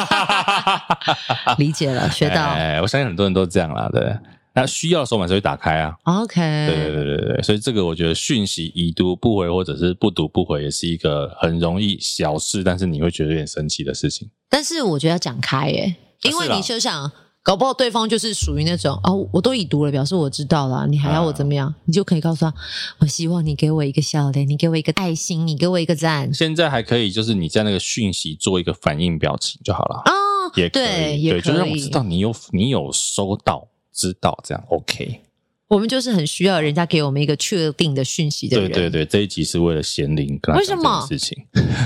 [SPEAKER 1] [laughs]
[SPEAKER 2] [laughs] 理解了，学到。
[SPEAKER 1] 哎哎，我相信很多人都这样啦，对。那需要的时候马上会打开啊。
[SPEAKER 2] OK，
[SPEAKER 1] 对对对对对，所以这个我觉得讯息已读不回或者是不读不回，也是一个很容易小事，但是你会觉得有点神奇的事情。
[SPEAKER 2] 但是我觉得要讲开耶，因为
[SPEAKER 1] 啊是啦
[SPEAKER 2] 你就想，搞不好对方就是属于那种哦，我都已读了，表示我知道了，你还要我怎么样？
[SPEAKER 1] 嗯
[SPEAKER 2] 你就可以告诉他，我希望你给我一个笑脸，你给我一个爱心，你给我一个赞
[SPEAKER 1] 现在还可以，就是你在那个讯息做一个反应表情就好了，
[SPEAKER 2] 哦，
[SPEAKER 1] 也可
[SPEAKER 2] 对，
[SPEAKER 1] 以，对，
[SPEAKER 2] 也
[SPEAKER 1] 就让
[SPEAKER 2] 可
[SPEAKER 1] 我
[SPEAKER 2] 以
[SPEAKER 1] 知。道你有你有收到，知道这样 OK。
[SPEAKER 2] 我们就是很需要人家给我们一个确定的讯息的
[SPEAKER 1] 对
[SPEAKER 2] 人，
[SPEAKER 1] 对对，这一集是为了贤玲跟他
[SPEAKER 2] 为什
[SPEAKER 1] 讲这
[SPEAKER 2] 么
[SPEAKER 1] 件事情，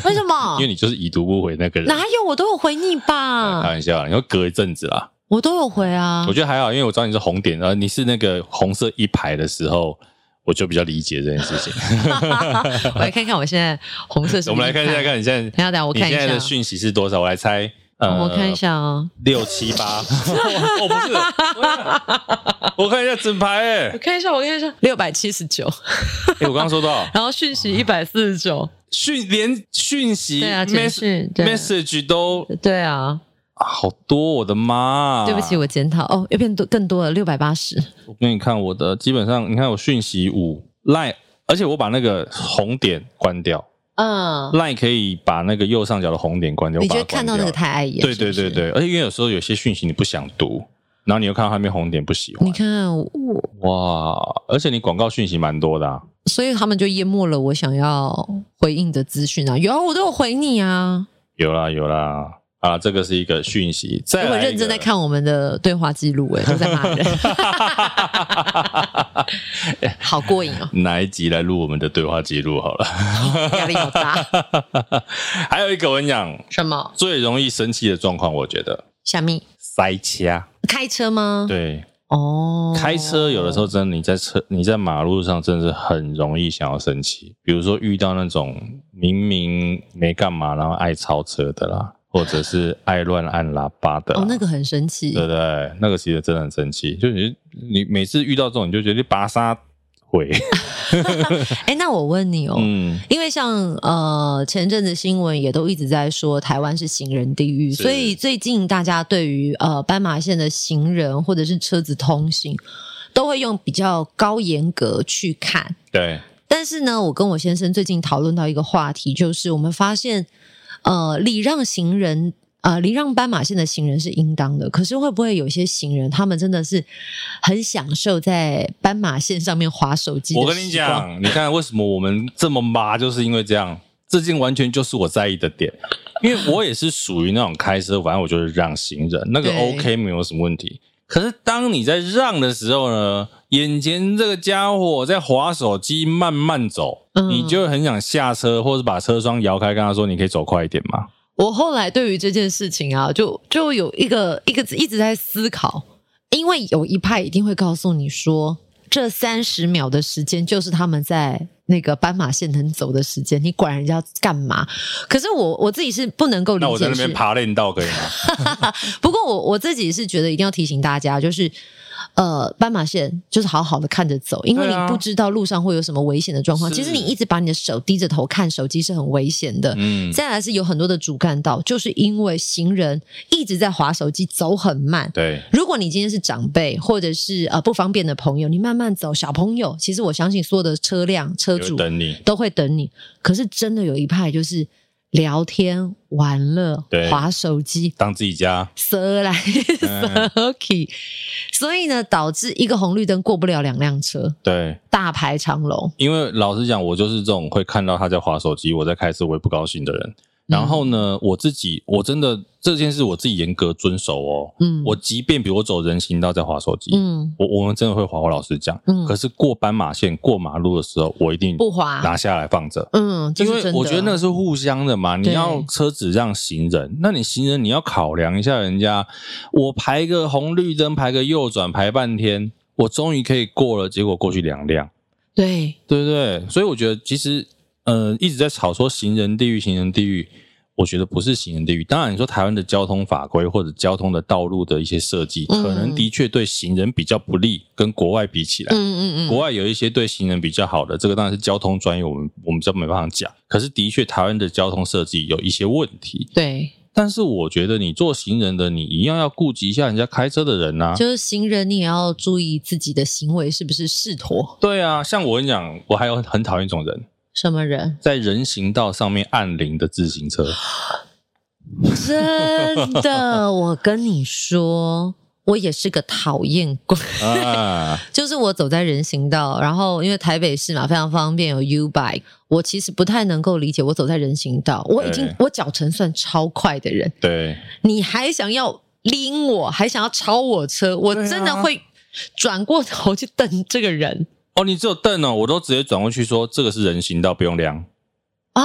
[SPEAKER 2] 为什么
[SPEAKER 1] 因为？你就是已读不回那个人。
[SPEAKER 2] 哪有我都有回你
[SPEAKER 1] 开
[SPEAKER 2] 吧，
[SPEAKER 1] 玩笑啦，你会隔一阵子啦。
[SPEAKER 2] 我都有回啊
[SPEAKER 1] 我。觉得还好，因为我知道你是红点，然后你是那个红色一排的时候，我就比较理解这件事
[SPEAKER 2] [laughs]
[SPEAKER 1] 情。 [laughs]
[SPEAKER 2] 我来看看我现在红色是
[SPEAKER 1] 我们来看一下，看你现
[SPEAKER 2] 等一
[SPEAKER 1] 在，
[SPEAKER 2] 下等一下我
[SPEAKER 1] 你
[SPEAKER 2] 看一
[SPEAKER 1] 现在的
[SPEAKER 2] 下，
[SPEAKER 1] 讯息是多少？我来猜，呃，
[SPEAKER 2] 我看一下啊，
[SPEAKER 1] 六七八， [laughs] 我不是，我看一下整排哎、
[SPEAKER 2] 我看一下，我看一下，六百七十九，
[SPEAKER 1] 欸我刚刚说到
[SPEAKER 2] 然后讯
[SPEAKER 1] 啊
[SPEAKER 2] 息一百四十九，
[SPEAKER 1] 讯，连讯息
[SPEAKER 2] 对啊，简
[SPEAKER 1] mess-
[SPEAKER 2] 讯对
[SPEAKER 1] message 都
[SPEAKER 2] 对啊，
[SPEAKER 1] 啊好多，我的妈！啊
[SPEAKER 2] 对不起，，我检讨哦，又变多更多了，六百八十，
[SPEAKER 1] 我给你看我的，基本上你看我讯息五 line，而且我把那个红点关掉
[SPEAKER 2] 嗯，
[SPEAKER 1] ，line 可以把那个右上角的红点关掉，
[SPEAKER 2] 你
[SPEAKER 1] 我
[SPEAKER 2] 觉
[SPEAKER 1] 把
[SPEAKER 2] 得
[SPEAKER 1] 它关
[SPEAKER 2] 看到
[SPEAKER 1] 掉
[SPEAKER 2] 那个
[SPEAKER 1] 了
[SPEAKER 2] 太碍眼？
[SPEAKER 1] 对
[SPEAKER 2] 是
[SPEAKER 1] 对
[SPEAKER 2] 不是
[SPEAKER 1] 对，对，而且因为有时候有些讯息你不想读，然后你又看到它那边红点不喜欢
[SPEAKER 2] 你，看我，
[SPEAKER 1] 哇！而且你广告讯息蛮多的、啊，
[SPEAKER 2] 所以他们就淹没了我想要回应的资讯啊，有啊，我都有回你啊，
[SPEAKER 1] 有啦有啦，啊，这个是一个讯息。再
[SPEAKER 2] 我
[SPEAKER 1] 来一
[SPEAKER 2] 有
[SPEAKER 1] 个
[SPEAKER 2] 认真在，看我们的对话
[SPEAKER 1] [laughs]
[SPEAKER 2] 记录，哎，都在骂人，好过瘾哦，
[SPEAKER 1] 哪一集来录我们的对话记录好了。
[SPEAKER 2] 压力好大。
[SPEAKER 1] [laughs] 还有一个我跟你讲，
[SPEAKER 2] [laughs] 什么？
[SPEAKER 1] 最容易生气的状况，我觉得
[SPEAKER 2] 小蜜
[SPEAKER 1] 塞车。
[SPEAKER 2] 开车吗？
[SPEAKER 1] 对，
[SPEAKER 2] 哦，
[SPEAKER 1] 开车有的时候真的你在车你在马路上真的是很容易想要生气，比如说遇到那种明明没干嘛，然后爱超车的啦，或者是爱乱按喇叭的啦。
[SPEAKER 2] 哦，那个很神奇
[SPEAKER 1] 啊对，不对？那个其实真的很生气，就你你每次遇到这种，你就觉得你拔沙回，
[SPEAKER 2] 哎，那我问你哦，
[SPEAKER 1] 嗯，
[SPEAKER 2] 因为像呃前阵子新闻也都一直在说台湾是行人地狱，
[SPEAKER 1] 是
[SPEAKER 2] 所以最近大家对于呃斑马线的行人或者是车子通行，都会用比较高严格去看。
[SPEAKER 1] [laughs] 对，
[SPEAKER 2] 但是呢，我跟我先生最近讨论到一个话题，就是我们发现呃礼让行人。呃，礼让斑马线的行人是应当的，可是会不会有些行人他们真的是很享受在斑马线上面划手机？
[SPEAKER 1] 我跟你，讲，你看为什么我们这么麻，就是因为这样，这件完全就是我在意的
[SPEAKER 2] [laughs]
[SPEAKER 1] 点，因为我也是属于那种开车，反正我就是让行人，那个
[SPEAKER 2] 对
[SPEAKER 1] OK 没有什么问题。可是当你在让的时候呢，眼前这个家伙在划手机，慢慢走，
[SPEAKER 2] 嗯
[SPEAKER 1] 你就会很想下车，或者把车窗摇开，跟他说：“你可以走快一点吗
[SPEAKER 2] 我后来对于这件事情啊，就就有一个一个一直在思考，因为有一派一定会告诉你说，这三十秒的时间就是他们在那个斑马线能走的时间，你管人家干嘛？可是我我自己是不能够？”理
[SPEAKER 1] 那我在
[SPEAKER 2] 解
[SPEAKER 1] 那
[SPEAKER 2] 的
[SPEAKER 1] 边
[SPEAKER 2] 嗯是，
[SPEAKER 1] 爬练道可以吗？
[SPEAKER 2] 不过我我自己是觉得一定要提醒大家，就是。呃，斑马线就是好好的看着走，因为
[SPEAKER 1] 对
[SPEAKER 2] 你
[SPEAKER 1] 啊
[SPEAKER 2] 不知道路上会有什么危险的状况。
[SPEAKER 1] 是
[SPEAKER 2] 其实你一直把你的手低着头看手机是很危险的。 [laughs]
[SPEAKER 1] 嗯，
[SPEAKER 2] 再来是有很多的主干道，就是因为行人一直在划手机，走很慢。
[SPEAKER 1] 对，
[SPEAKER 2] 如果你今天是长辈，或者是呃不方便的朋友，你慢慢走。小朋友，其实我相信所有的车辆车
[SPEAKER 1] 有
[SPEAKER 2] 主
[SPEAKER 1] 等你。
[SPEAKER 2] 都会等你。可是真的有一派就是聊天、玩乐
[SPEAKER 1] 对、
[SPEAKER 2] 划手机，
[SPEAKER 1] 当自己家，
[SPEAKER 2] 蛇来
[SPEAKER 1] 嗯
[SPEAKER 2] 蛇去，所以呢，导致一个红绿灯过不了两辆车，
[SPEAKER 1] 对，
[SPEAKER 2] 大排长龙。
[SPEAKER 1] 因为老实讲，我就是这种会看到他在划手机，我在开车，我也不高兴的人。然后
[SPEAKER 2] 嗯
[SPEAKER 1] 呢，我自己我真的这件事我自己严格遵守哦。
[SPEAKER 2] 嗯
[SPEAKER 1] 我即便比如我走人行道在划手机，
[SPEAKER 2] 嗯
[SPEAKER 1] 我我们真的会划。我老实讲，
[SPEAKER 2] 嗯
[SPEAKER 1] 可是过斑马线、过马路的时候，我一定
[SPEAKER 2] 不划
[SPEAKER 1] 拿下来放着。
[SPEAKER 2] 嗯，这
[SPEAKER 1] 因
[SPEAKER 2] 是
[SPEAKER 1] 为
[SPEAKER 2] 真的
[SPEAKER 1] 我觉得那个是互相的嘛，你
[SPEAKER 2] 对
[SPEAKER 1] 要车子让行人，那你行人你要考量一下人家，我排个红绿灯，排个右转，排半天，我终于可以过了，结果过去两辆，
[SPEAKER 2] 对
[SPEAKER 1] 对不对？所以我觉得其实，呃，一直在吵说行人地狱，行人地狱，我觉得不是行人地狱。当然，你说台湾的交通法规或者交通的道路的一些设计，
[SPEAKER 2] 嗯
[SPEAKER 1] 可能的确对行人比较不利，跟国外比起来，
[SPEAKER 2] 嗯嗯嗯，
[SPEAKER 1] 国外有一些对行人比较好的，这个当然是交通专业，我们我们就没办法讲。可是的确，台湾的交通设计有一些问题，
[SPEAKER 2] 对，
[SPEAKER 1] 但是我觉得你做行人的，你一样要顾及一下人家开车的人啊呐、
[SPEAKER 2] 就是行人，你也要注意自己的行为是不是适妥。
[SPEAKER 1] 对啊，像我跟你讲，我还有很讨厌一种人，
[SPEAKER 2] 什么人？
[SPEAKER 1] 在人行道上面按铃的自行车。
[SPEAKER 2] [laughs] 真的，我跟你说，我也是个讨厌鬼。 [laughs]
[SPEAKER 1] 啊，
[SPEAKER 2] 就是我走在人行道，然后因为台北市嘛非常方便，有 U bike，我其实不太能够理解我走在人行道，我已经
[SPEAKER 1] 对
[SPEAKER 2] 我脚程算超快的人，
[SPEAKER 1] 对，
[SPEAKER 2] 你还想要拎我，还想要超我车，我
[SPEAKER 1] 对啊
[SPEAKER 2] 真的会转过头去瞪这个人
[SPEAKER 1] 哦，你只有瞪哦，我都直接转过去说这个是人行道，不用量，
[SPEAKER 2] 啊！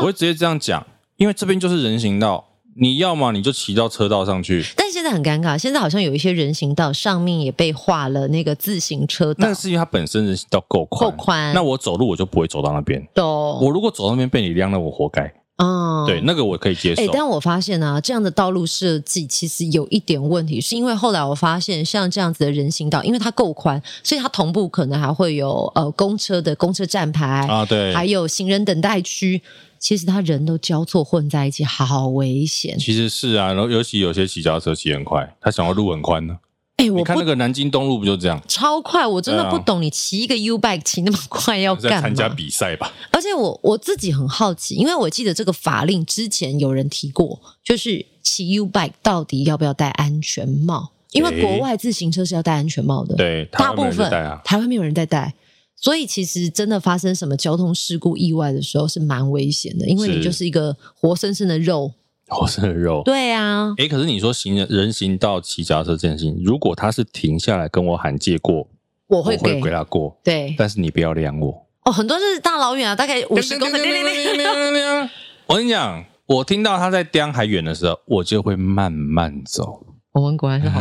[SPEAKER 1] 我会直接这样讲，因为这边就是人行道，你要么你就骑到车道上去，
[SPEAKER 2] 但现在很尴尬，现在好像有一些人行道上面也被画了那个自行车道
[SPEAKER 1] 那，是因为它本身人行道够宽，
[SPEAKER 2] 够宽哦
[SPEAKER 1] 那我走路我就不会走到那边，
[SPEAKER 2] 懂？
[SPEAKER 1] 我如果走到那边被你量了，我活该，
[SPEAKER 2] 嗯
[SPEAKER 1] 对，那个我可以接受
[SPEAKER 2] 哎、，但我发现啊，这样的道路设计其实有一点问题，是因为后来我发现，像这样子的人行道，因为它够宽，所以它同步可能还会有呃公车的公车站牌，
[SPEAKER 1] 啊，对，
[SPEAKER 2] 还有行人等待区。其实它人都交错混在一起，好危险。
[SPEAKER 1] 其实是啊，然后尤其有些骑脚踏车骑很快，他想要路很宽呢、
[SPEAKER 2] 哎、我
[SPEAKER 1] 你看
[SPEAKER 2] 不
[SPEAKER 1] 那个南京东路不就这样？
[SPEAKER 2] 超快，我真的
[SPEAKER 1] 对啊
[SPEAKER 2] 不懂你骑一个 U bike 骑那么快要
[SPEAKER 1] 在
[SPEAKER 2] 干
[SPEAKER 1] 参加
[SPEAKER 2] 嘛？
[SPEAKER 1] 比赛吧？
[SPEAKER 2] 而且我我自己很好奇，因为我记得这个法令之前有人提过，就是骑 U bike 到底要不要戴安全帽？因为
[SPEAKER 1] 诶
[SPEAKER 2] 国外自行车是要戴安全帽的，
[SPEAKER 1] 对，
[SPEAKER 2] 大部
[SPEAKER 1] 台湾没有
[SPEAKER 2] 分
[SPEAKER 1] 人在啊，
[SPEAKER 2] 台湾没有人在戴，所以其实真的发生什么交通事故、意外的时候是蛮危险的，因为
[SPEAKER 1] 是
[SPEAKER 2] 你就是一个活生生的肉。
[SPEAKER 1] 我哦是很肉。
[SPEAKER 2] 对啊，
[SPEAKER 1] 哎、可是你说行人人行道骑脚踏车这件事情，如果他是停下来跟我喊借过，
[SPEAKER 2] 我
[SPEAKER 1] 我
[SPEAKER 2] 会给。
[SPEAKER 1] 他过，
[SPEAKER 2] 对
[SPEAKER 1] 但是你不要量我。
[SPEAKER 2] 哦，很多就是大老远啊，大概五十公分，叮叮叮
[SPEAKER 1] 我跟你讲，我听到他在颠还远的时候，我就会慢慢走。
[SPEAKER 2] 我们果然是好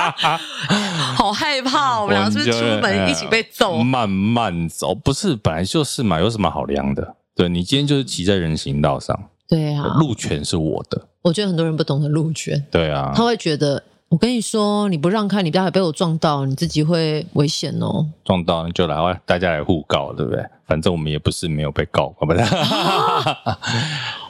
[SPEAKER 2] 好害怕 [laughs] 哦，我们俩是不是出门一起被揍啊？
[SPEAKER 1] 哎慢慢走，不是本来就是嘛，有什么好量的？对你今天就是骑在人行道上，
[SPEAKER 2] 对啊，
[SPEAKER 1] 路权是我的。
[SPEAKER 2] 我觉得很多人不懂得路权，
[SPEAKER 1] 对啊，
[SPEAKER 2] 他会觉得我跟你说，你不让开，你不要被我撞到，你自己会危险哦。
[SPEAKER 1] 撞到就来，哦大家来互告，对不对？反正我们也不是没有被告，好不 [laughs] 好？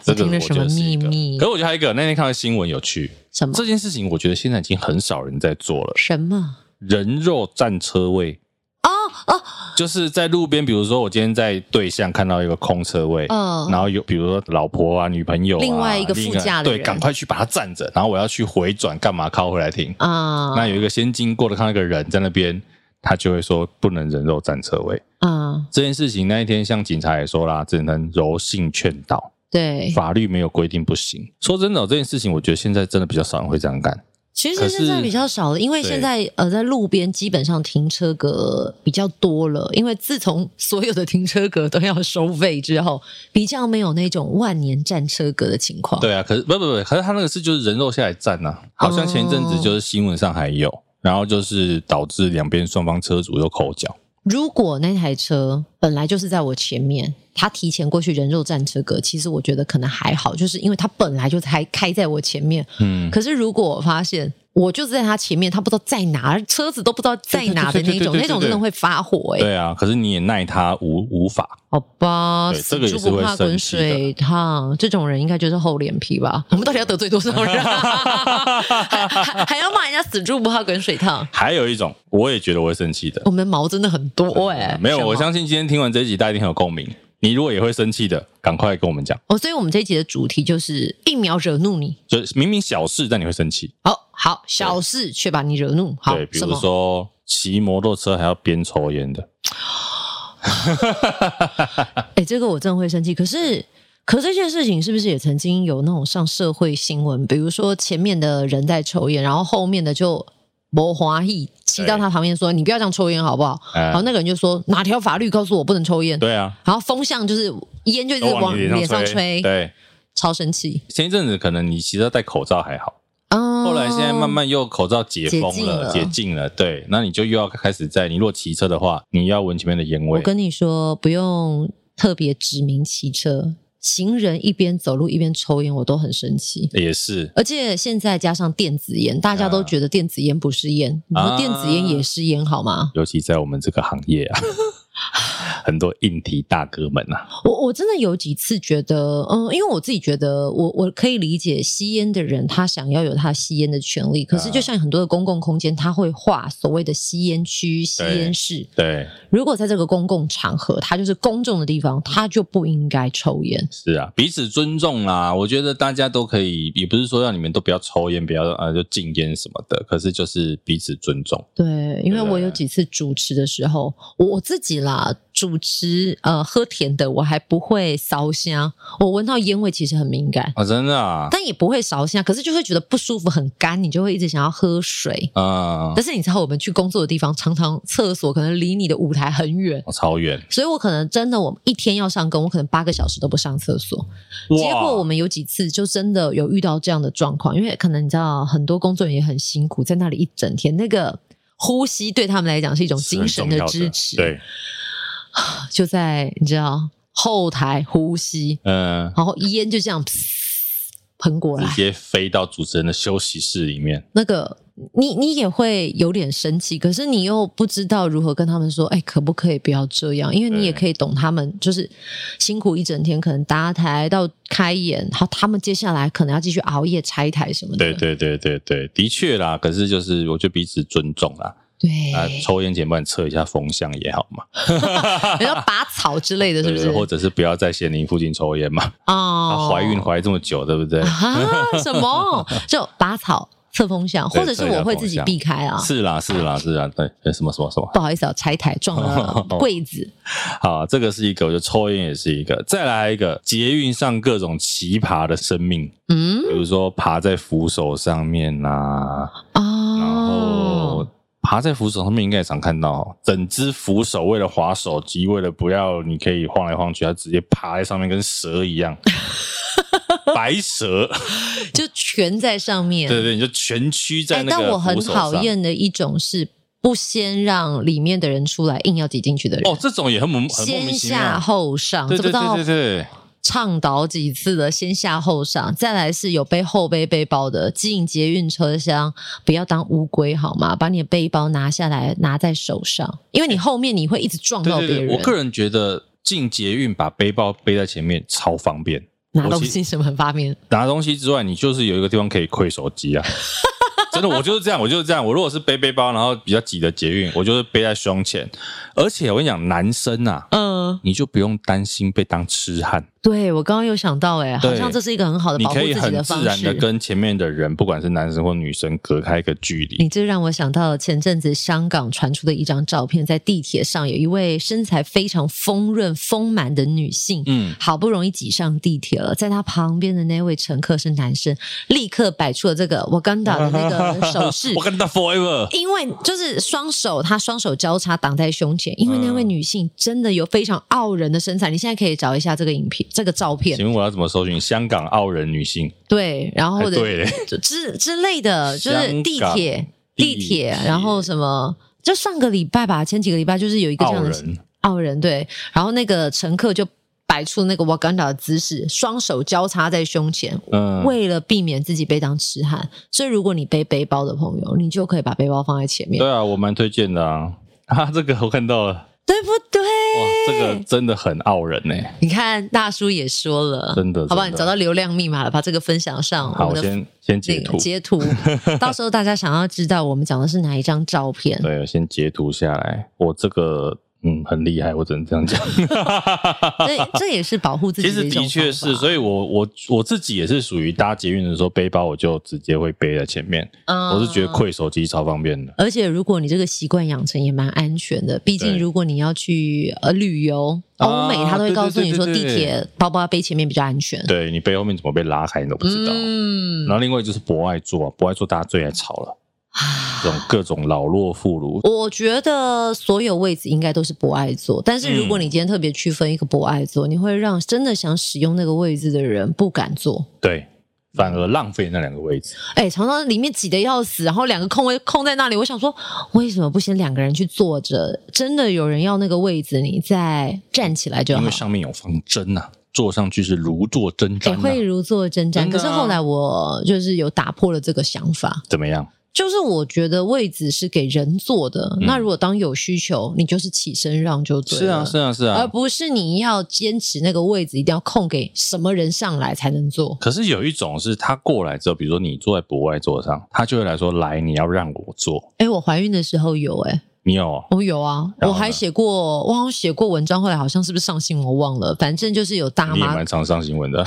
[SPEAKER 1] 这个
[SPEAKER 2] 哦我听了什么
[SPEAKER 1] 觉得是一个
[SPEAKER 2] 秘密
[SPEAKER 1] 可是我觉得还有一个，那天看到新闻有趣，
[SPEAKER 2] 什么
[SPEAKER 1] 这件事情我觉得现在已经很少人在做了，
[SPEAKER 2] 什么？
[SPEAKER 1] 人肉占车位。
[SPEAKER 2] 哦哦，
[SPEAKER 1] 就是在路边，比如说我今天在对向看到一个空车位，
[SPEAKER 2] 嗯
[SPEAKER 1] 然后有比如说老婆啊、女朋友、啊，
[SPEAKER 2] 另外一个副驾的
[SPEAKER 1] 对，
[SPEAKER 2] 人
[SPEAKER 1] 赶快去把它占着，然后我要去回转干嘛靠回来停。
[SPEAKER 2] 啊
[SPEAKER 1] 那有一个先经过的看到一个人在那边，他就会说不能人肉占车位
[SPEAKER 2] 啊，
[SPEAKER 1] 这件事情。那一天像警察也说啦，只能柔性劝导，
[SPEAKER 2] 对，
[SPEAKER 1] 法律没有规定不行。说真的哦、这件事情我觉得现在真的比较少人会这样干。
[SPEAKER 2] 其
[SPEAKER 1] 可
[SPEAKER 2] 实
[SPEAKER 1] 是
[SPEAKER 2] 现在比较少了，因为
[SPEAKER 1] 对
[SPEAKER 2] 现在呃，在路边基本上停车格比较多了，因为自从所有的停车格都要收费之后，比较没有那种万年占车格的情况。
[SPEAKER 1] 对啊，可是不不不，可是他那个是就是人肉下来站呐、
[SPEAKER 2] 哦
[SPEAKER 1] 好像前一阵子就是新闻上还有，然后就是导致两边双方车主有口角，
[SPEAKER 2] 如果那台车本来就是在我前面，他提前过去人肉占车格，其实我觉得可能还好，就是因为他本来就才开在我前面。
[SPEAKER 1] 嗯，
[SPEAKER 2] 可是如果我发现我就是在他前面，他不知道在哪，车子都不知道在哪
[SPEAKER 1] 对
[SPEAKER 2] 的那种，
[SPEAKER 1] 对对对对对
[SPEAKER 2] 那种真的会发火哎、哦
[SPEAKER 1] 对啊，可是你也奈他无无法，
[SPEAKER 2] 好吧，
[SPEAKER 1] 对
[SPEAKER 2] 死
[SPEAKER 1] 这个也
[SPEAKER 2] 猪
[SPEAKER 1] 是
[SPEAKER 2] 不
[SPEAKER 1] 会
[SPEAKER 2] 怕
[SPEAKER 1] 生
[SPEAKER 2] 滚
[SPEAKER 1] 气的
[SPEAKER 2] 水烫，这种人应该就是厚脸
[SPEAKER 1] [laughs]
[SPEAKER 2] 皮吧？我们到底要得罪多少人？还还还要骂人家死猪不怕滚水烫？
[SPEAKER 1] 还有一种我也觉得我会生气的，
[SPEAKER 2] 我们的毛真的很多哎、
[SPEAKER 1] 呃没有，
[SPEAKER 2] 什么
[SPEAKER 1] 我相信今天听完这一集大家一定很有共鸣。你如果也会生气的，赶快跟我们讲，
[SPEAKER 2] 哦，所以我们这一集的主题就是一秒惹怒你。
[SPEAKER 1] 就是明明小事，但你会生气。
[SPEAKER 2] 好好，小事却把你惹怒。好
[SPEAKER 1] 对，，比
[SPEAKER 2] 什
[SPEAKER 1] 如
[SPEAKER 2] 么？
[SPEAKER 1] 说骑摩托车还要边抽烟的，
[SPEAKER 2] 哎，这个我真的会生气。可是，可这件事情是不是也曾经有那种上社会新闻？比如说前面的人在抽烟，然后后面的就磨华裔骑到他旁边说：“你不要这样抽烟，好不好？”
[SPEAKER 1] 哎
[SPEAKER 2] 然后那个人就说：“哪条法律告诉我不能抽烟
[SPEAKER 1] 对啊，？”
[SPEAKER 2] 然后风向就是烟就一直
[SPEAKER 1] 都
[SPEAKER 2] 嗯往
[SPEAKER 1] 往你脸
[SPEAKER 2] 脸
[SPEAKER 1] 上
[SPEAKER 2] 上
[SPEAKER 1] 吹。
[SPEAKER 2] 吹，
[SPEAKER 1] 对，
[SPEAKER 2] 超生气。
[SPEAKER 1] 前一阵子可能你骑车戴口罩还好，
[SPEAKER 2] 嗯，
[SPEAKER 1] 后来现在慢慢又口罩解封了，
[SPEAKER 2] 解禁了
[SPEAKER 1] 解禁了，对，那你就又要开始在你如果骑车的话，你要闻前面的烟
[SPEAKER 2] 我
[SPEAKER 1] 味，
[SPEAKER 2] 跟你说，不用特别指明骑车，行人一边走路一边抽烟，我都很生气。
[SPEAKER 1] 也是
[SPEAKER 2] 而且现在加上电子烟，大家都觉得电子烟不是烟，你
[SPEAKER 1] 啊
[SPEAKER 2] 说电子烟也是烟好吗？
[SPEAKER 1] 尤其在我们这个行业啊， [laughs] 很多硬体大哥们呐、啊。
[SPEAKER 2] 我我真的有几次觉得，嗯，因为我自己觉得我，我可以理解吸烟的人他想要有他吸烟的权利，可
[SPEAKER 1] 啊
[SPEAKER 2] 是就像很多的公共空间，他会画所谓的吸烟区、吸烟室。
[SPEAKER 1] 对，
[SPEAKER 2] 如果在这个公共场合，它就是公众的地方，他就不应该抽烟。
[SPEAKER 1] 是啊，彼此尊重啦。我觉得大家都可以，也不是说让你们都不要抽烟，不要啊就禁烟什么的，可是就是彼此尊重。
[SPEAKER 2] 对，因为我有几次主持的时候，我我自己啦。主持呃喝甜的，我还不会烧香，我闻到烟味其实很敏感
[SPEAKER 1] 啊、哦，真的啊，
[SPEAKER 2] 但也不会烧香，可是就会觉得不舒服，很干，你就会一直想要喝水啊。嗯、但是你知道，我们去工作的地方，常常厕所可能离你的舞台很远，
[SPEAKER 1] 哦、超远，
[SPEAKER 2] 所以我可能真的我一天要上工，我可能八个小时都不上厕所。结果我们有几次就真的有遇到这样的状况，因为可能你知道，很多工作人员很辛苦，在那里一整天，那个呼吸对他们来讲是一种精神的支持，
[SPEAKER 1] 对。
[SPEAKER 2] 就在你知道后台呼吸，嗯，然后烟就这样喷过来，
[SPEAKER 1] 直接飞到主持人的休息室里面。
[SPEAKER 2] 那个你你也会有点生气，可是你又不知道如何跟他们说，哎、欸，可不可以不要这样？因为你也可以懂他们，就是辛苦一整天，可能搭台到开演，然后他们接下来可能要继续熬夜拆台什么的。
[SPEAKER 1] 对对对对对，的确啦。可是就是我觉得彼此尊重啦。
[SPEAKER 2] 对
[SPEAKER 1] 啊，抽烟前帮你测一下风向也好嘛，
[SPEAKER 2] 然后哎拔草之类哦的，是不是？
[SPEAKER 1] 或者是不要在咸宁附近抽烟嘛？哦，怀孕怀这么久，对不对？
[SPEAKER 2] 啊，什
[SPEAKER 1] [laughs]
[SPEAKER 2] 么？就拔草测风向，或者是我会自己避开啊。
[SPEAKER 1] 是啦，是啦，是啦，对，呃什么什么什么？
[SPEAKER 2] 不好意思啊，拆台
[SPEAKER 1] [laughs]
[SPEAKER 2] 撞了柜子。
[SPEAKER 1] 好，这个是一个，我觉得抽烟也是一个。再来一个，捷运上各种奇葩的生命，嗯，比如说爬在扶手上面啦，
[SPEAKER 2] 哦
[SPEAKER 1] 啊，然后。爬在扶手上面应该也常看到、哦，整只扶手为了滑手机，为了不要你可以晃来晃去，它直接爬在上面跟蛇一
[SPEAKER 2] [laughs]
[SPEAKER 1] 样，白蛇
[SPEAKER 2] 就蜷在上面。
[SPEAKER 1] 对对，你就蜷曲在那
[SPEAKER 2] 个、欸。但我很讨厌的一种是不先让里面的人出来，硬要挤进去的人。
[SPEAKER 1] 哦，这种也很很
[SPEAKER 2] 先下后上，
[SPEAKER 1] 对对对对对。
[SPEAKER 2] 倡导几次的，先下后上，再来是有背后背背包的，进捷运车厢不要当乌龟好吗？把你的背包拿下来，拿在手上，因为你后面你会一直撞到别人。
[SPEAKER 1] 对对对我个人觉得进捷运把背包背在前面超方便，
[SPEAKER 2] 拿东西什么很方便。
[SPEAKER 1] 拿东西之外，你就是有一个地方可以馈手机啊。 [laughs] 真的，我就是这样，我就是这样。我如果是背背包，然后比较挤的捷运，我就是背在胸前。而且我跟你讲，男生啊，嗯，你就不用担心被当痴汉。
[SPEAKER 2] 对，我刚刚有想到、欸，哎，好像这是一个很好的保护自己的方式。
[SPEAKER 1] 你可以很自然的跟前面的人，不管是男生或女生，隔开一个距离。
[SPEAKER 2] 你这让我想到了前阵子香港传出的一张照片，在地铁上有一位身材非常丰润丰满的女性，嗯，好不容易挤上地铁了，在她旁边的那位乘客是男生，立刻摆出了这个我刚打的那个。手势，
[SPEAKER 1] [laughs] 我跟他 forever，
[SPEAKER 2] [laughs] 因为就是双手，他双手交叉挡在胸前，因为那位女性真的有非常傲人的身材。你现在可以找一下这个影片，这个照片。
[SPEAKER 1] 请问我要怎么搜寻香港傲人女性？哎
[SPEAKER 2] 对，然后或者
[SPEAKER 1] 哎对
[SPEAKER 2] 之之类的，就是地铁地铁，然后什么？就上个礼拜吧，前几个礼拜就是有一个这样的傲人，对，然后那个乘客就。摆出那个瓦干达的姿势，双手交叉在胸前，嗯、为了避免自己被当痴汉。所以，如果你背背包的朋友，你就可以把背包放在前面。
[SPEAKER 1] 对啊，我蛮推荐的啊！ [laughs] 啊，这个我看到了，
[SPEAKER 2] 对不对？ [laughs] 哇，
[SPEAKER 1] 这个真的很傲人呢、欸。
[SPEAKER 2] 你看，大叔也说了，
[SPEAKER 1] 真的，
[SPEAKER 2] 好吧，你找到流量密码了，把这个分享上。
[SPEAKER 1] 好，我先先截图，
[SPEAKER 2] 截图， [laughs] 到时候大家想要知道我们讲的是哪一张照片，
[SPEAKER 1] 对，我先截图下来。我这个。嗯，很厉害，我只能这样讲。
[SPEAKER 2] [laughs] 这这也是保护自己。
[SPEAKER 1] 其实的确是，所以我我我自己也是属于搭捷运的时候，背包我就直接会背在前面。
[SPEAKER 2] 啊
[SPEAKER 1] 嗯、我是觉得挎手机超方便的。
[SPEAKER 2] 而且如果你这个习惯养成也蛮安全的，毕竟如果你要去呃旅游，欧美
[SPEAKER 1] 啊
[SPEAKER 2] 他都会告诉你说地铁包包背前面比较安全。
[SPEAKER 1] 对你背后面怎么被拉开你都不知道。嗯。然后另外就是博爱座，啊博爱座大家最爱吵了。这种各种老弱妇孺，
[SPEAKER 2] 我觉得所有位置应该都是博爱座。但是如
[SPEAKER 1] 嗯
[SPEAKER 2] 果你今天特别区分一个博爱座，嗯、你会让真的想使用那个位置的人不敢坐，
[SPEAKER 1] 对，反而浪费那两个位置。
[SPEAKER 2] 哎、欸，常常里面挤得要死，然后两个空位空在那里，我想说，为什么不先两个人去坐着？真的有人要那个位置，你再站起来就好。
[SPEAKER 1] 因为上面有方针呐、啊。坐上去是如坐针毡、啊，
[SPEAKER 2] 哎也会如坐针毡。
[SPEAKER 1] 啊、
[SPEAKER 2] 可是后来我就是有打破了这个想法。
[SPEAKER 1] 怎么样？
[SPEAKER 2] 就是我觉得位置是给人坐的，那如果当有需求，你就是起身让就对了。
[SPEAKER 1] 嗯是啊，是啊，是啊
[SPEAKER 2] 而。不是你要坚持那个位置一定要空给什么人上来才能坐。
[SPEAKER 1] 可是有一种是他过来之后，比如说你坐在博爱座上，他就会来说：“来，你要让我坐。
[SPEAKER 2] 哎、我怀孕的时候有哎、”
[SPEAKER 1] 你有哦
[SPEAKER 2] 我有啊，
[SPEAKER 1] 然后呢
[SPEAKER 2] 我还写过，我好像写过文章，后来好像是不是上新闻我忘了，反正就是有大
[SPEAKER 1] 你也
[SPEAKER 2] 妈
[SPEAKER 1] 蛮常上新闻的。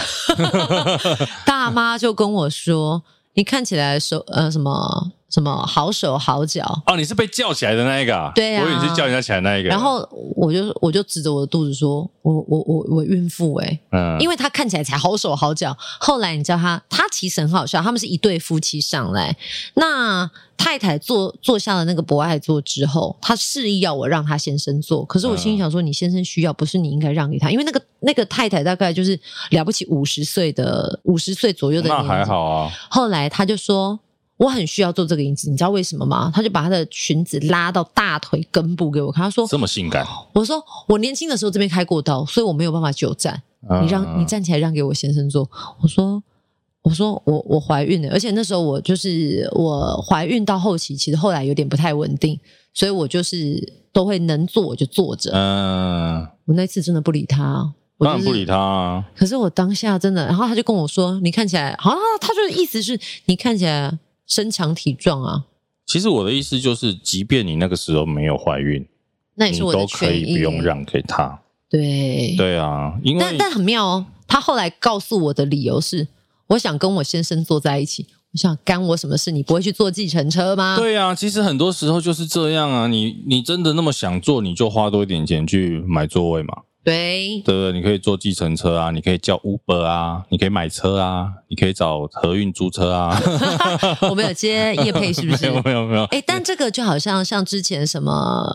[SPEAKER 2] 大妈就跟我说，你看起来手呃什么什么好手好脚，
[SPEAKER 1] [laughs] 哦，你是被叫起来的那一个、啊？
[SPEAKER 2] 对啊
[SPEAKER 1] 我以为你是叫人家起来那一个。
[SPEAKER 2] 然，后我就我就指着我的肚子说，我我我我孕妇哎、
[SPEAKER 1] 嗯，
[SPEAKER 2] 因
[SPEAKER 1] 为
[SPEAKER 2] 为他看起来才好手好脚。后来你知道他，他其实很好笑，他们是一对夫妻上来，那太太坐坐下了那个博爱座之后，他示意要我让他先生坐，可是我心里想说，你先生需要，不是你应该让给他，因为那个那个太太大概就是了不起五十岁的五十岁左右的年
[SPEAKER 1] 那
[SPEAKER 2] 纪，
[SPEAKER 1] 还好啊。
[SPEAKER 2] 后来他就说。我很需要做这个椅子，你知道为什么吗？他就把他的裙子拉到大腿根部给我看。他说
[SPEAKER 1] 这么性感，：“
[SPEAKER 2] 我说我年轻的时候这边开过刀，所以我没有办法久站。哦你让你
[SPEAKER 1] 在
[SPEAKER 2] 站起来让给我先生做。我说，我说我我怀孕了，而且那时候我就是我怀孕到后期，其实后来有点不太稳定，所以我就是都会能坐我就坐着。
[SPEAKER 1] 嗯，
[SPEAKER 2] 我那次真的不理他，我
[SPEAKER 1] 当
[SPEAKER 2] 就
[SPEAKER 1] 然
[SPEAKER 2] 是
[SPEAKER 1] 不理他啊。
[SPEAKER 2] 可是我当下真的，然后他就跟我说：“你看起来好像他就意思是你看起来身强体壮啊，
[SPEAKER 1] 其实我的意思就是，即便你那个时候没有怀孕，
[SPEAKER 2] 那也
[SPEAKER 1] 你
[SPEAKER 2] 是我的
[SPEAKER 1] 都可
[SPEAKER 2] 权益。”
[SPEAKER 1] 以不用。让给他。
[SPEAKER 2] 对，
[SPEAKER 1] 对啊，因
[SPEAKER 2] 但
[SPEAKER 1] 为
[SPEAKER 2] 但很妙哦，他后来告诉我的理由是，我想跟我先生坐在一起。我想干我什么事？你不会去坐计程车吗？
[SPEAKER 1] 对啊，其实很多时候就是这样啊。你你真的那么想做，你就花多一点钱去买座位嘛，
[SPEAKER 2] 对
[SPEAKER 1] [laughs] 对不对？你可以坐计程车啊，你可以叫 Uber 啊，你可以买车啊，你可以找合运租车啊。
[SPEAKER 2] 我们有接叶配 [laughs] 是不是
[SPEAKER 1] [laughs] 没？有没有没有，
[SPEAKER 2] 哎、但这个就好像像之前什么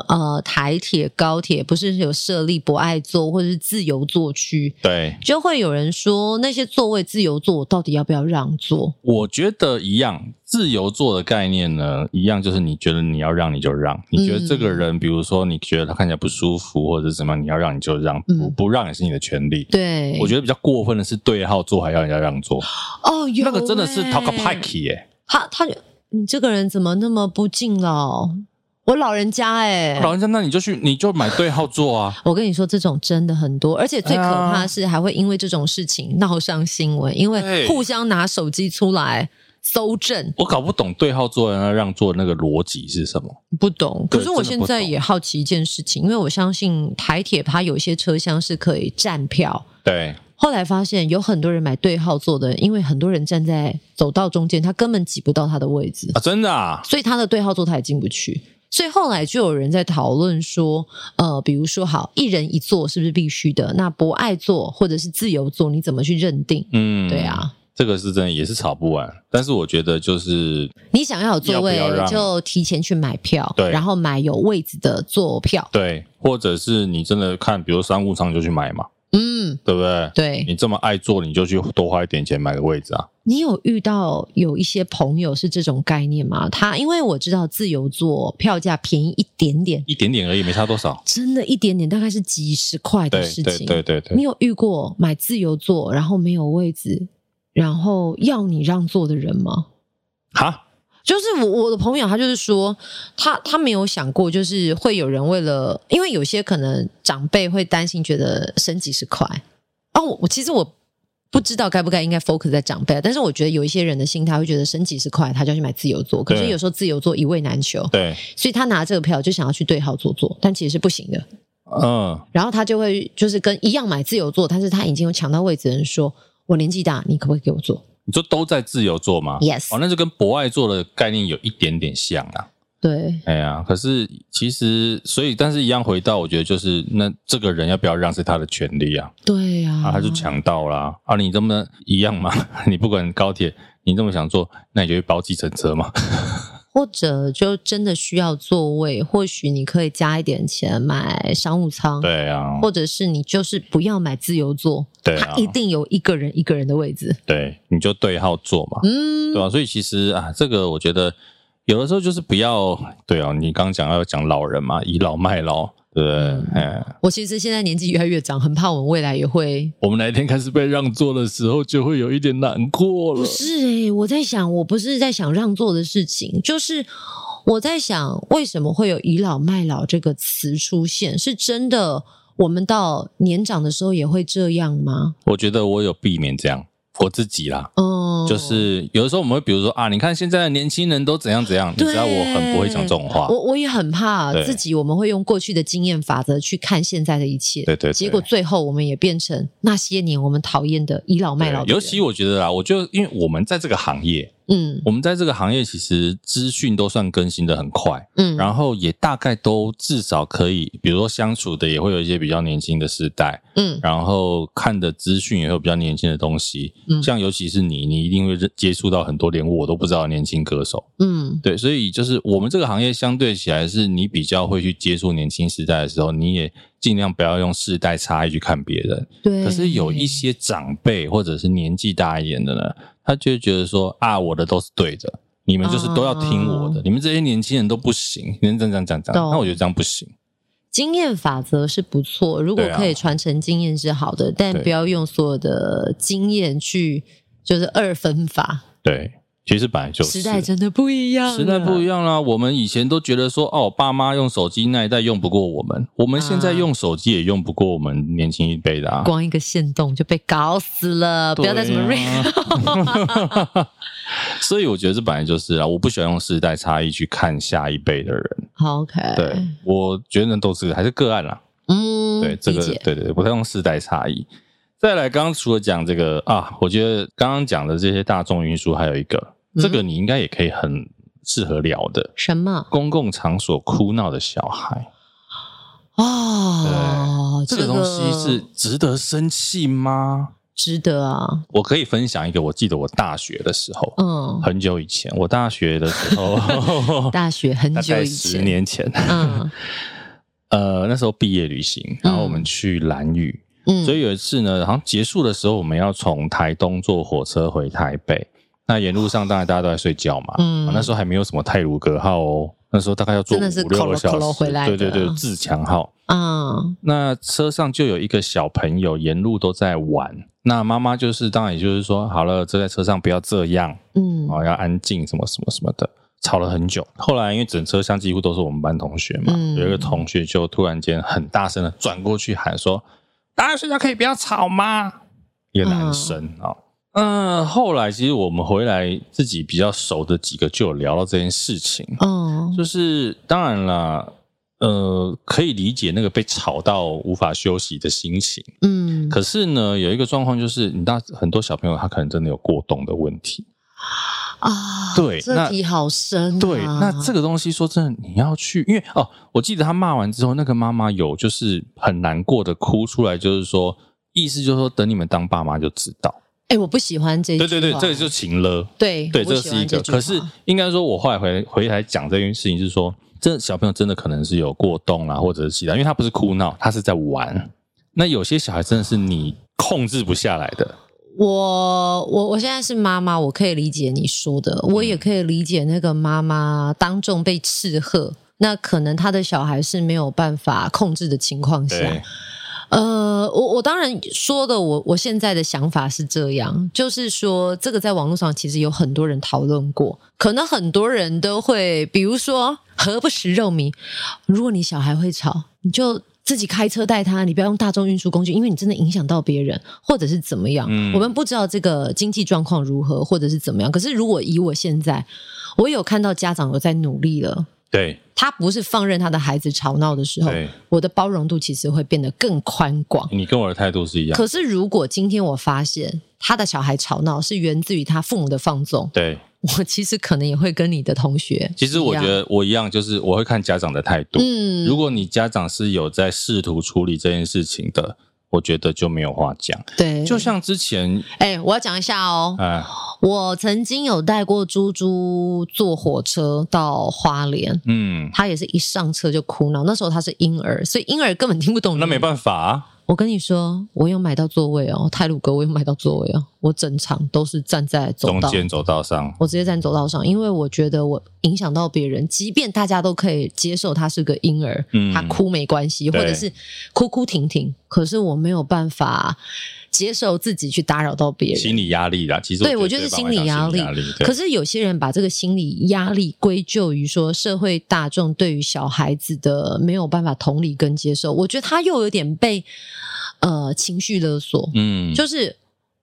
[SPEAKER 2] 呃台铁、高铁，不是有设立博爱座或者是自由座区，
[SPEAKER 1] 对，
[SPEAKER 2] 就会有人说那些座位自由座，我到底要不要让座？
[SPEAKER 1] 我觉得一样，自由座的概念呢，一样就是你觉得你要让你就让，你觉得这个
[SPEAKER 2] 嗯
[SPEAKER 1] 人，比如说你觉得他看起来不舒服或者怎么样，你要让你就让，
[SPEAKER 2] 嗯
[SPEAKER 1] 不不让也是你的权利。
[SPEAKER 2] 对，
[SPEAKER 1] 我觉得比较过分的是对号座还要人家让座，
[SPEAKER 2] 得哦，有
[SPEAKER 1] 那个真的是
[SPEAKER 2] 欸
[SPEAKER 1] talk p i k e 耶，
[SPEAKER 2] 他他就你这个人怎么那么不敬老？我老人家
[SPEAKER 1] [laughs]
[SPEAKER 2] 哎、，
[SPEAKER 1] 老人家那你就去你就买对号座啊
[SPEAKER 2] 我跟你说，这种真的很多，而且最可怕的是还会因为这种事情闹上新闻，因为
[SPEAKER 1] 对
[SPEAKER 2] 互相拿手机出来搜证，
[SPEAKER 1] [laughs] 我搞不懂对号座人家让座的那个逻辑是什么。
[SPEAKER 2] 不懂。
[SPEAKER 1] 对
[SPEAKER 2] 可是我
[SPEAKER 1] 真
[SPEAKER 2] 现
[SPEAKER 1] 的不懂
[SPEAKER 2] 在也好奇一件事情，因为我相信台铁它有一些车厢是可以站票。
[SPEAKER 1] 对，
[SPEAKER 2] 后来发现有很多人买对号座的，因为很多人站在走道中间，他根本挤不到他的位置。
[SPEAKER 1] 啊，真的啊，
[SPEAKER 2] 所以他的对号座台进不去。所以后来就有人在讨论说，呃，比如说好，一人一座是不是必须的？那博爱座或者是自由座，你怎么去认定？
[SPEAKER 1] 嗯，
[SPEAKER 2] 对，啊，
[SPEAKER 1] 这个是真的也是吵不完，但是我觉得就是
[SPEAKER 2] 你想要有座位
[SPEAKER 1] 要不要让
[SPEAKER 2] 就提前去买票，
[SPEAKER 1] 对
[SPEAKER 2] 然后买有位置的座票。
[SPEAKER 1] 对，或者是你真的看，比如商务舱就去买嘛，
[SPEAKER 2] 嗯，
[SPEAKER 1] 对不对？
[SPEAKER 2] 对。
[SPEAKER 1] 你这么爱做，你就去多花一点钱买个位置啊。
[SPEAKER 2] 你有遇到有一些朋友是这种概念吗？他因为我知道自由座票价便宜一点点，
[SPEAKER 1] 一点点而已，没差多少。
[SPEAKER 2] 真的一点点，大概是几十块的
[SPEAKER 1] 对
[SPEAKER 2] 事
[SPEAKER 1] 对
[SPEAKER 2] 情。
[SPEAKER 1] 对对对，
[SPEAKER 2] 你有遇过买自由座，然后没有位置，然后要你让座的人吗？
[SPEAKER 1] 哈，
[SPEAKER 2] 就是我我的朋友，他就是说，他他没有想过，就是会有人为了，因为有些可能长辈会担心，觉得省几十块。哦，我我其实我不知道该不该应该 focus 在长辈，但是我觉得有一些人的心态会觉得省几十块，他就要去买自由座。可是
[SPEAKER 1] 对
[SPEAKER 2] 有时候自由座一位难求，
[SPEAKER 1] 对，
[SPEAKER 2] 所以他拿这个票就想要去对号坐坐，但其实是不行的。
[SPEAKER 1] 嗯，
[SPEAKER 2] 然后他就会就是跟一样买自由座，但是他已经有抢到位置的人说：“我年纪大，你可不可以给我坐
[SPEAKER 1] 你说都在自由做吗
[SPEAKER 2] Yes
[SPEAKER 1] 哦，那就跟博爱做的概念有一点点像啊。？”
[SPEAKER 2] 对，
[SPEAKER 1] 哎呀，可是其实，所以但是一样回到，我觉得就是那这个人要不要让是他的权利啊，
[SPEAKER 2] 对呀、
[SPEAKER 1] 啊，他就抢到啦，啊，你这么一样嘛， [laughs] 你不管高铁，你这么想做，那你就去包计程车
[SPEAKER 2] 嗯
[SPEAKER 1] 嘛，
[SPEAKER 2] 或者就真的需要座位，或许你可以加一点钱买商务
[SPEAKER 1] [laughs]
[SPEAKER 2] 舱，
[SPEAKER 1] 对啊，
[SPEAKER 2] 或者是你就是不要买自由座，
[SPEAKER 1] 对啊
[SPEAKER 2] 他，一定有一个人一个人的位置。
[SPEAKER 1] 对，你就对号做嘛，
[SPEAKER 2] 嗯，
[SPEAKER 1] 对啊，所以其实啊，这个我觉得有的时候就是不要，对啊，你刚刚讲要讲老人嘛，倚老卖老，对不对？
[SPEAKER 2] 嗯
[SPEAKER 1] 哎，
[SPEAKER 2] 我其实现在年纪越来越长，很怕我们未来也会。
[SPEAKER 1] 我们哪一天开始被让座的时候，就会有一点难过了
[SPEAKER 2] 不。是诶、我在想，我不是在想让座的事情，就是我在想，为什么会有倚老卖老这个词出现？是真的，我们到年长的时候也会这样吗？
[SPEAKER 1] 我觉得我有避免这样，我自己啦。
[SPEAKER 2] 哦，
[SPEAKER 1] 就是有的时候我们会比如说啊，你看现在的年轻人都怎样怎样，你
[SPEAKER 2] 对
[SPEAKER 1] 知道我很不会讲这种话，
[SPEAKER 2] 我我也很怕
[SPEAKER 1] 啊对
[SPEAKER 2] 自己，我们会用过去的经验法则去看现在的一切，
[SPEAKER 1] 对对对
[SPEAKER 2] 结果最后我们也变成那些年我们讨厌的倚老卖老的
[SPEAKER 1] 对
[SPEAKER 2] 人
[SPEAKER 1] 尤其我觉得啦，我就因为我们在这个行业，
[SPEAKER 2] 嗯
[SPEAKER 1] 我们在这个行业其实资讯都算更新的很快，
[SPEAKER 2] 嗯，
[SPEAKER 1] 然后也大概都至少可以，比如说相处的也会有一些比较年轻的世代，
[SPEAKER 2] 嗯
[SPEAKER 1] 然后看的资讯也会有比较年轻的东西，
[SPEAKER 2] 嗯
[SPEAKER 1] 像尤其是你，你一定会认接触到很多连我都不知道的年轻歌手，
[SPEAKER 2] 嗯
[SPEAKER 1] 对，所以就是我们这个行业相对起来，是你比较会去接触年轻世代的时候，你也尽量不要用世代差异去看别人。
[SPEAKER 2] 对。
[SPEAKER 1] 可是有一些长辈或者是年纪大一点的呢，他就会觉得说啊，我的都是对的，你们就是都要听我的，
[SPEAKER 2] 哦
[SPEAKER 1] 你们这些年轻人都不行，你们这样这样这样这样，
[SPEAKER 2] 懂
[SPEAKER 1] 那我觉得这样不行。
[SPEAKER 2] 经验法则是不错，如果
[SPEAKER 1] 对啊
[SPEAKER 2] 可以传承经验是好的，但
[SPEAKER 1] 对
[SPEAKER 2] 不要用所有的经验去就是二分法，
[SPEAKER 1] 对，其实本来就是
[SPEAKER 2] 时代真的不一样了，
[SPEAKER 1] 时代不一样啦，我们以前都觉得说，哦，爸妈用手机那一代用不过我们，我们现在
[SPEAKER 2] 啊
[SPEAKER 1] 用手机也用不过我们年轻一辈的啊。
[SPEAKER 2] 光一个线动就被搞死了，不要再什么 r
[SPEAKER 1] 对
[SPEAKER 2] [laughs]
[SPEAKER 1] 啊所以我觉得这本来就是啊，我不喜欢用世代差异去看下一辈的人。
[SPEAKER 2] 好 OK，
[SPEAKER 1] 对，我觉得都是还是个案啦。
[SPEAKER 2] 嗯，
[SPEAKER 1] 对，这个
[SPEAKER 2] 理解
[SPEAKER 1] 对对对，不太用世代差异。再来，刚刚除了讲这个啊，我觉得刚刚讲的这些大众运输，还有一个，
[SPEAKER 2] 嗯
[SPEAKER 1] 这个你应该也可以很适合聊的，
[SPEAKER 2] 什么
[SPEAKER 1] 公共场所哭闹的小孩。
[SPEAKER 2] 哦，
[SPEAKER 1] 这个东西是值得生气吗？
[SPEAKER 2] 值得啊，
[SPEAKER 1] 我可以分享一个，我记得我大学的时候，
[SPEAKER 2] 嗯，，
[SPEAKER 1] 很久以前，我大学的时候
[SPEAKER 2] [laughs]
[SPEAKER 1] [laughs]
[SPEAKER 2] 大学很
[SPEAKER 1] 大
[SPEAKER 2] 久
[SPEAKER 1] 概
[SPEAKER 2] 以
[SPEAKER 1] 十
[SPEAKER 2] 前，
[SPEAKER 1] 年前，
[SPEAKER 2] 嗯
[SPEAKER 1] [laughs] 呃，那时候毕业旅行，然后我们去兰屿，
[SPEAKER 2] 嗯，
[SPEAKER 1] 所以有一次呢，好像结束的时候，我们要从台东坐火车回台北，那沿路上当然大家都在睡觉嘛，
[SPEAKER 2] 嗯
[SPEAKER 1] 哦那时候还没有什么泰鲁格号哦，那时候大概要坐五
[SPEAKER 2] 真的是
[SPEAKER 1] 六个
[SPEAKER 2] Colo-
[SPEAKER 1] 小
[SPEAKER 2] Colo
[SPEAKER 1] 时，
[SPEAKER 2] 回来的
[SPEAKER 1] 对对对，自强号。
[SPEAKER 2] 嗯
[SPEAKER 1] 那车上就有一个小朋友沿路都在玩，那妈妈就是当然也就是说，好了，坐在车上不要这样，
[SPEAKER 2] 嗯
[SPEAKER 1] 哦，要安静，什么什么什么的，吵了很久。后来因为整车厢几乎都是我们班同学嘛，
[SPEAKER 2] 嗯
[SPEAKER 1] 有一个同学就突然间很大声的转过去喊说：“大家睡觉可以不要吵吗？”一个男生啊，嗯、后来其实我们回来自己比较熟的几个就有聊到这件事情，
[SPEAKER 2] 嗯
[SPEAKER 1] 就是当然啦。呃，可以理解那个被吵到无法休息的心情，
[SPEAKER 2] 嗯，
[SPEAKER 1] 可是呢，有一个状况就是，你大很多小朋友他可能真的有过动的问题，
[SPEAKER 2] 啊，
[SPEAKER 1] 对
[SPEAKER 2] 这
[SPEAKER 1] 那
[SPEAKER 2] 题好深啊，
[SPEAKER 1] 对，那这个东西说真的，你要去，因为哦，我记得他骂完之后，那个妈妈有就是很难过的哭出来，就是说，意思就是说，等你们当爸妈就知道。
[SPEAKER 2] 哎，我不喜欢这一句
[SPEAKER 1] 对对对，
[SPEAKER 2] 话，
[SPEAKER 1] 这个就情了。
[SPEAKER 2] 对
[SPEAKER 1] 对，
[SPEAKER 2] 哎我
[SPEAKER 1] 这个
[SPEAKER 2] 喜
[SPEAKER 1] 是
[SPEAKER 2] 欢
[SPEAKER 1] 一个。
[SPEAKER 2] 句
[SPEAKER 1] 可是
[SPEAKER 2] 话
[SPEAKER 1] 应该说，我后来回回来讲这件事情，是说，这小朋友真的可能是有过动啦，或者是其他，因为他不是哭闹，他是在玩。那有些小孩真的是你控制不下来
[SPEAKER 2] [laughs]
[SPEAKER 1] 的，
[SPEAKER 2] 我我我现在是妈妈，我可以理解你说的，我
[SPEAKER 1] 嗯
[SPEAKER 2] 也可以理解那个妈妈当众被斥喝，那可能她的小孩是没有办法控制的情况下
[SPEAKER 1] 对。
[SPEAKER 2] 呃，我我当然说的我，我现在的想法是这样，就是说这个在网络上其实有很多人讨论过，可能很多人都会，比如说何不食肉糜，如果你小孩会吵，你就。自己开车带他，你不要用大众运输工具，因为你真的影响到别人，或者是怎么样。
[SPEAKER 1] 嗯
[SPEAKER 2] 我们不知道这个经济状况如何，或者是怎么样。可是如果以我现在，我有看到家长有在努力了，
[SPEAKER 1] 对
[SPEAKER 2] 他不是放任他的孩子吵闹的时候，
[SPEAKER 1] 对，
[SPEAKER 2] 我的包容度其实会变得更宽广。
[SPEAKER 1] 你跟我的态度是一样。
[SPEAKER 2] 可是如果今天我发现他的小孩吵闹是源自于他父母的放纵，
[SPEAKER 1] 对，
[SPEAKER 2] 我其实可能也会跟你的同学，
[SPEAKER 1] 其实我觉，得我一样，就是我会看家长的态度。
[SPEAKER 2] 嗯，
[SPEAKER 1] 如果你家长是有在试图处理这件事情的，我觉得就没有话讲。
[SPEAKER 2] 对，
[SPEAKER 1] 就像之前，
[SPEAKER 2] 哎、我要讲一下哦，
[SPEAKER 1] 啊、
[SPEAKER 2] 我曾经有带过猪猪坐火车到花莲。
[SPEAKER 1] 嗯，
[SPEAKER 2] 他也是一上车就哭闹，那时候他是婴儿，所以婴儿根本听不懂。
[SPEAKER 1] 那没办法、啊，
[SPEAKER 2] 我跟你说，我有买到座位哦，泰鲁阁我有买到座位哦，我整场都是站在走
[SPEAKER 1] 中
[SPEAKER 2] 道，
[SPEAKER 1] 间走道上，
[SPEAKER 2] 我直接站走道上，因为我觉得我影响到别人，即便大家都可以接受他是个婴儿，
[SPEAKER 1] 嗯
[SPEAKER 2] 他哭没关系，或
[SPEAKER 1] 对
[SPEAKER 2] 者是哭哭停停，可是我没有办法接受自己去打扰到别人。
[SPEAKER 1] 心理压力啦。其实
[SPEAKER 2] 对我
[SPEAKER 1] 觉
[SPEAKER 2] 觉得是
[SPEAKER 1] 对
[SPEAKER 2] 心理压
[SPEAKER 1] 爸妈讲
[SPEAKER 2] 力
[SPEAKER 1] 心力。对
[SPEAKER 2] 可是有些人把这个心理压力归咎于说社会大众对于小孩子的没有办法同理跟接受，我觉得他又有点被呃情绪勒索，
[SPEAKER 1] 嗯，
[SPEAKER 2] 就是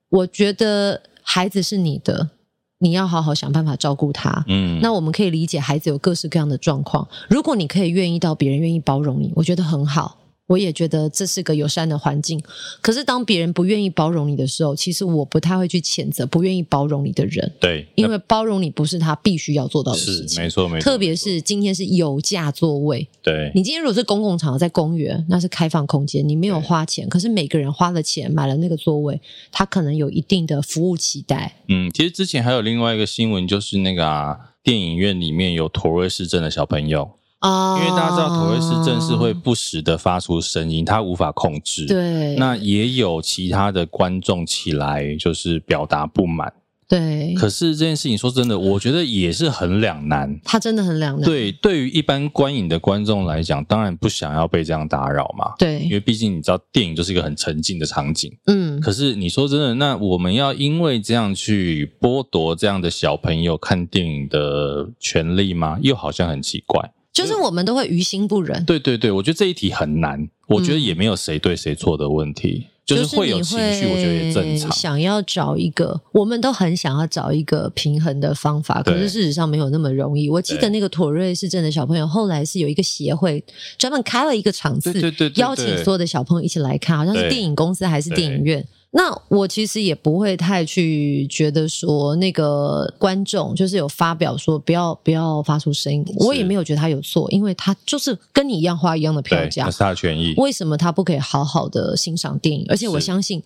[SPEAKER 2] 我觉得孩子是你的，你要好好想办法照顾他。
[SPEAKER 1] 嗯，
[SPEAKER 2] 那我们可以理解孩子有各式各样的状况，如果你可以愿意到别人愿意包容你，我觉得很好。我也觉得这是个友善的环境，可是当别人不愿意包容你的时候，其实我不太会去谴责不愿意包容你的人，
[SPEAKER 1] 对，
[SPEAKER 2] 因为包容你不是他必须要做到
[SPEAKER 1] 那
[SPEAKER 2] 的
[SPEAKER 1] 是
[SPEAKER 2] 事情
[SPEAKER 1] 没。错没错，
[SPEAKER 2] 特别是今天是有价座位，
[SPEAKER 1] 对
[SPEAKER 2] 你今天如果是公共场合，在公园，那是开放空间，你没有花钱，可是每个人花了钱买了那个座位，他可能有一定的服务期待。
[SPEAKER 1] 嗯，其实之前还有另外一个新闻，就是那个啊，电影院里面有妥瑞氏症的小朋友，
[SPEAKER 2] 啊
[SPEAKER 1] 因为大家知道妥瑞氏症是会不时的发出声音，他无法控制。，
[SPEAKER 2] 对，
[SPEAKER 1] 那也有其他的观众起来就是表达不满，
[SPEAKER 2] 对，
[SPEAKER 1] 可是这件事情说真的，我觉得也是很两难。
[SPEAKER 2] 他真的很两难。
[SPEAKER 1] 对，对于一般观影的观众来讲，当然不想要被这样打扰嘛，因
[SPEAKER 2] 对，
[SPEAKER 1] 为毕竟你知道电影就是一个很沉浸的场景。
[SPEAKER 2] 嗯，
[SPEAKER 1] 嗯可是你说真的，那我们要因为这样去剥夺这样的小朋友看电影的权利吗？又好像很奇怪。
[SPEAKER 2] 就是我们都会于心不忍。
[SPEAKER 1] 对对对，我觉得这一题很难，我觉得也没有谁对谁错的问题，就是会有
[SPEAKER 2] 你
[SPEAKER 1] 情绪，我觉得也正常
[SPEAKER 2] 会。想要找一个，我们都很想要找一个平衡的方法，
[SPEAKER 1] 对
[SPEAKER 2] 可是事实上没有那么容易。我记
[SPEAKER 1] 对
[SPEAKER 2] 得那个妥瑞氏症的小朋友，后来是有一个协会专门开了一个场次，
[SPEAKER 1] 对对对对对
[SPEAKER 2] 邀请所有的小朋友一起来看，好像
[SPEAKER 1] 对
[SPEAKER 2] 是电影公司还是
[SPEAKER 1] 对
[SPEAKER 2] 电影院。那我其实也不会太去觉得说那个观众就是有发表说不要不要发出声音，我也没有觉得他有错，因为他就是跟你一样花一样的票
[SPEAKER 1] 对，
[SPEAKER 2] 价
[SPEAKER 1] 那，是他的权益。
[SPEAKER 2] 为什么他不可以好好的欣赏电影？而且我
[SPEAKER 1] 是
[SPEAKER 2] 相信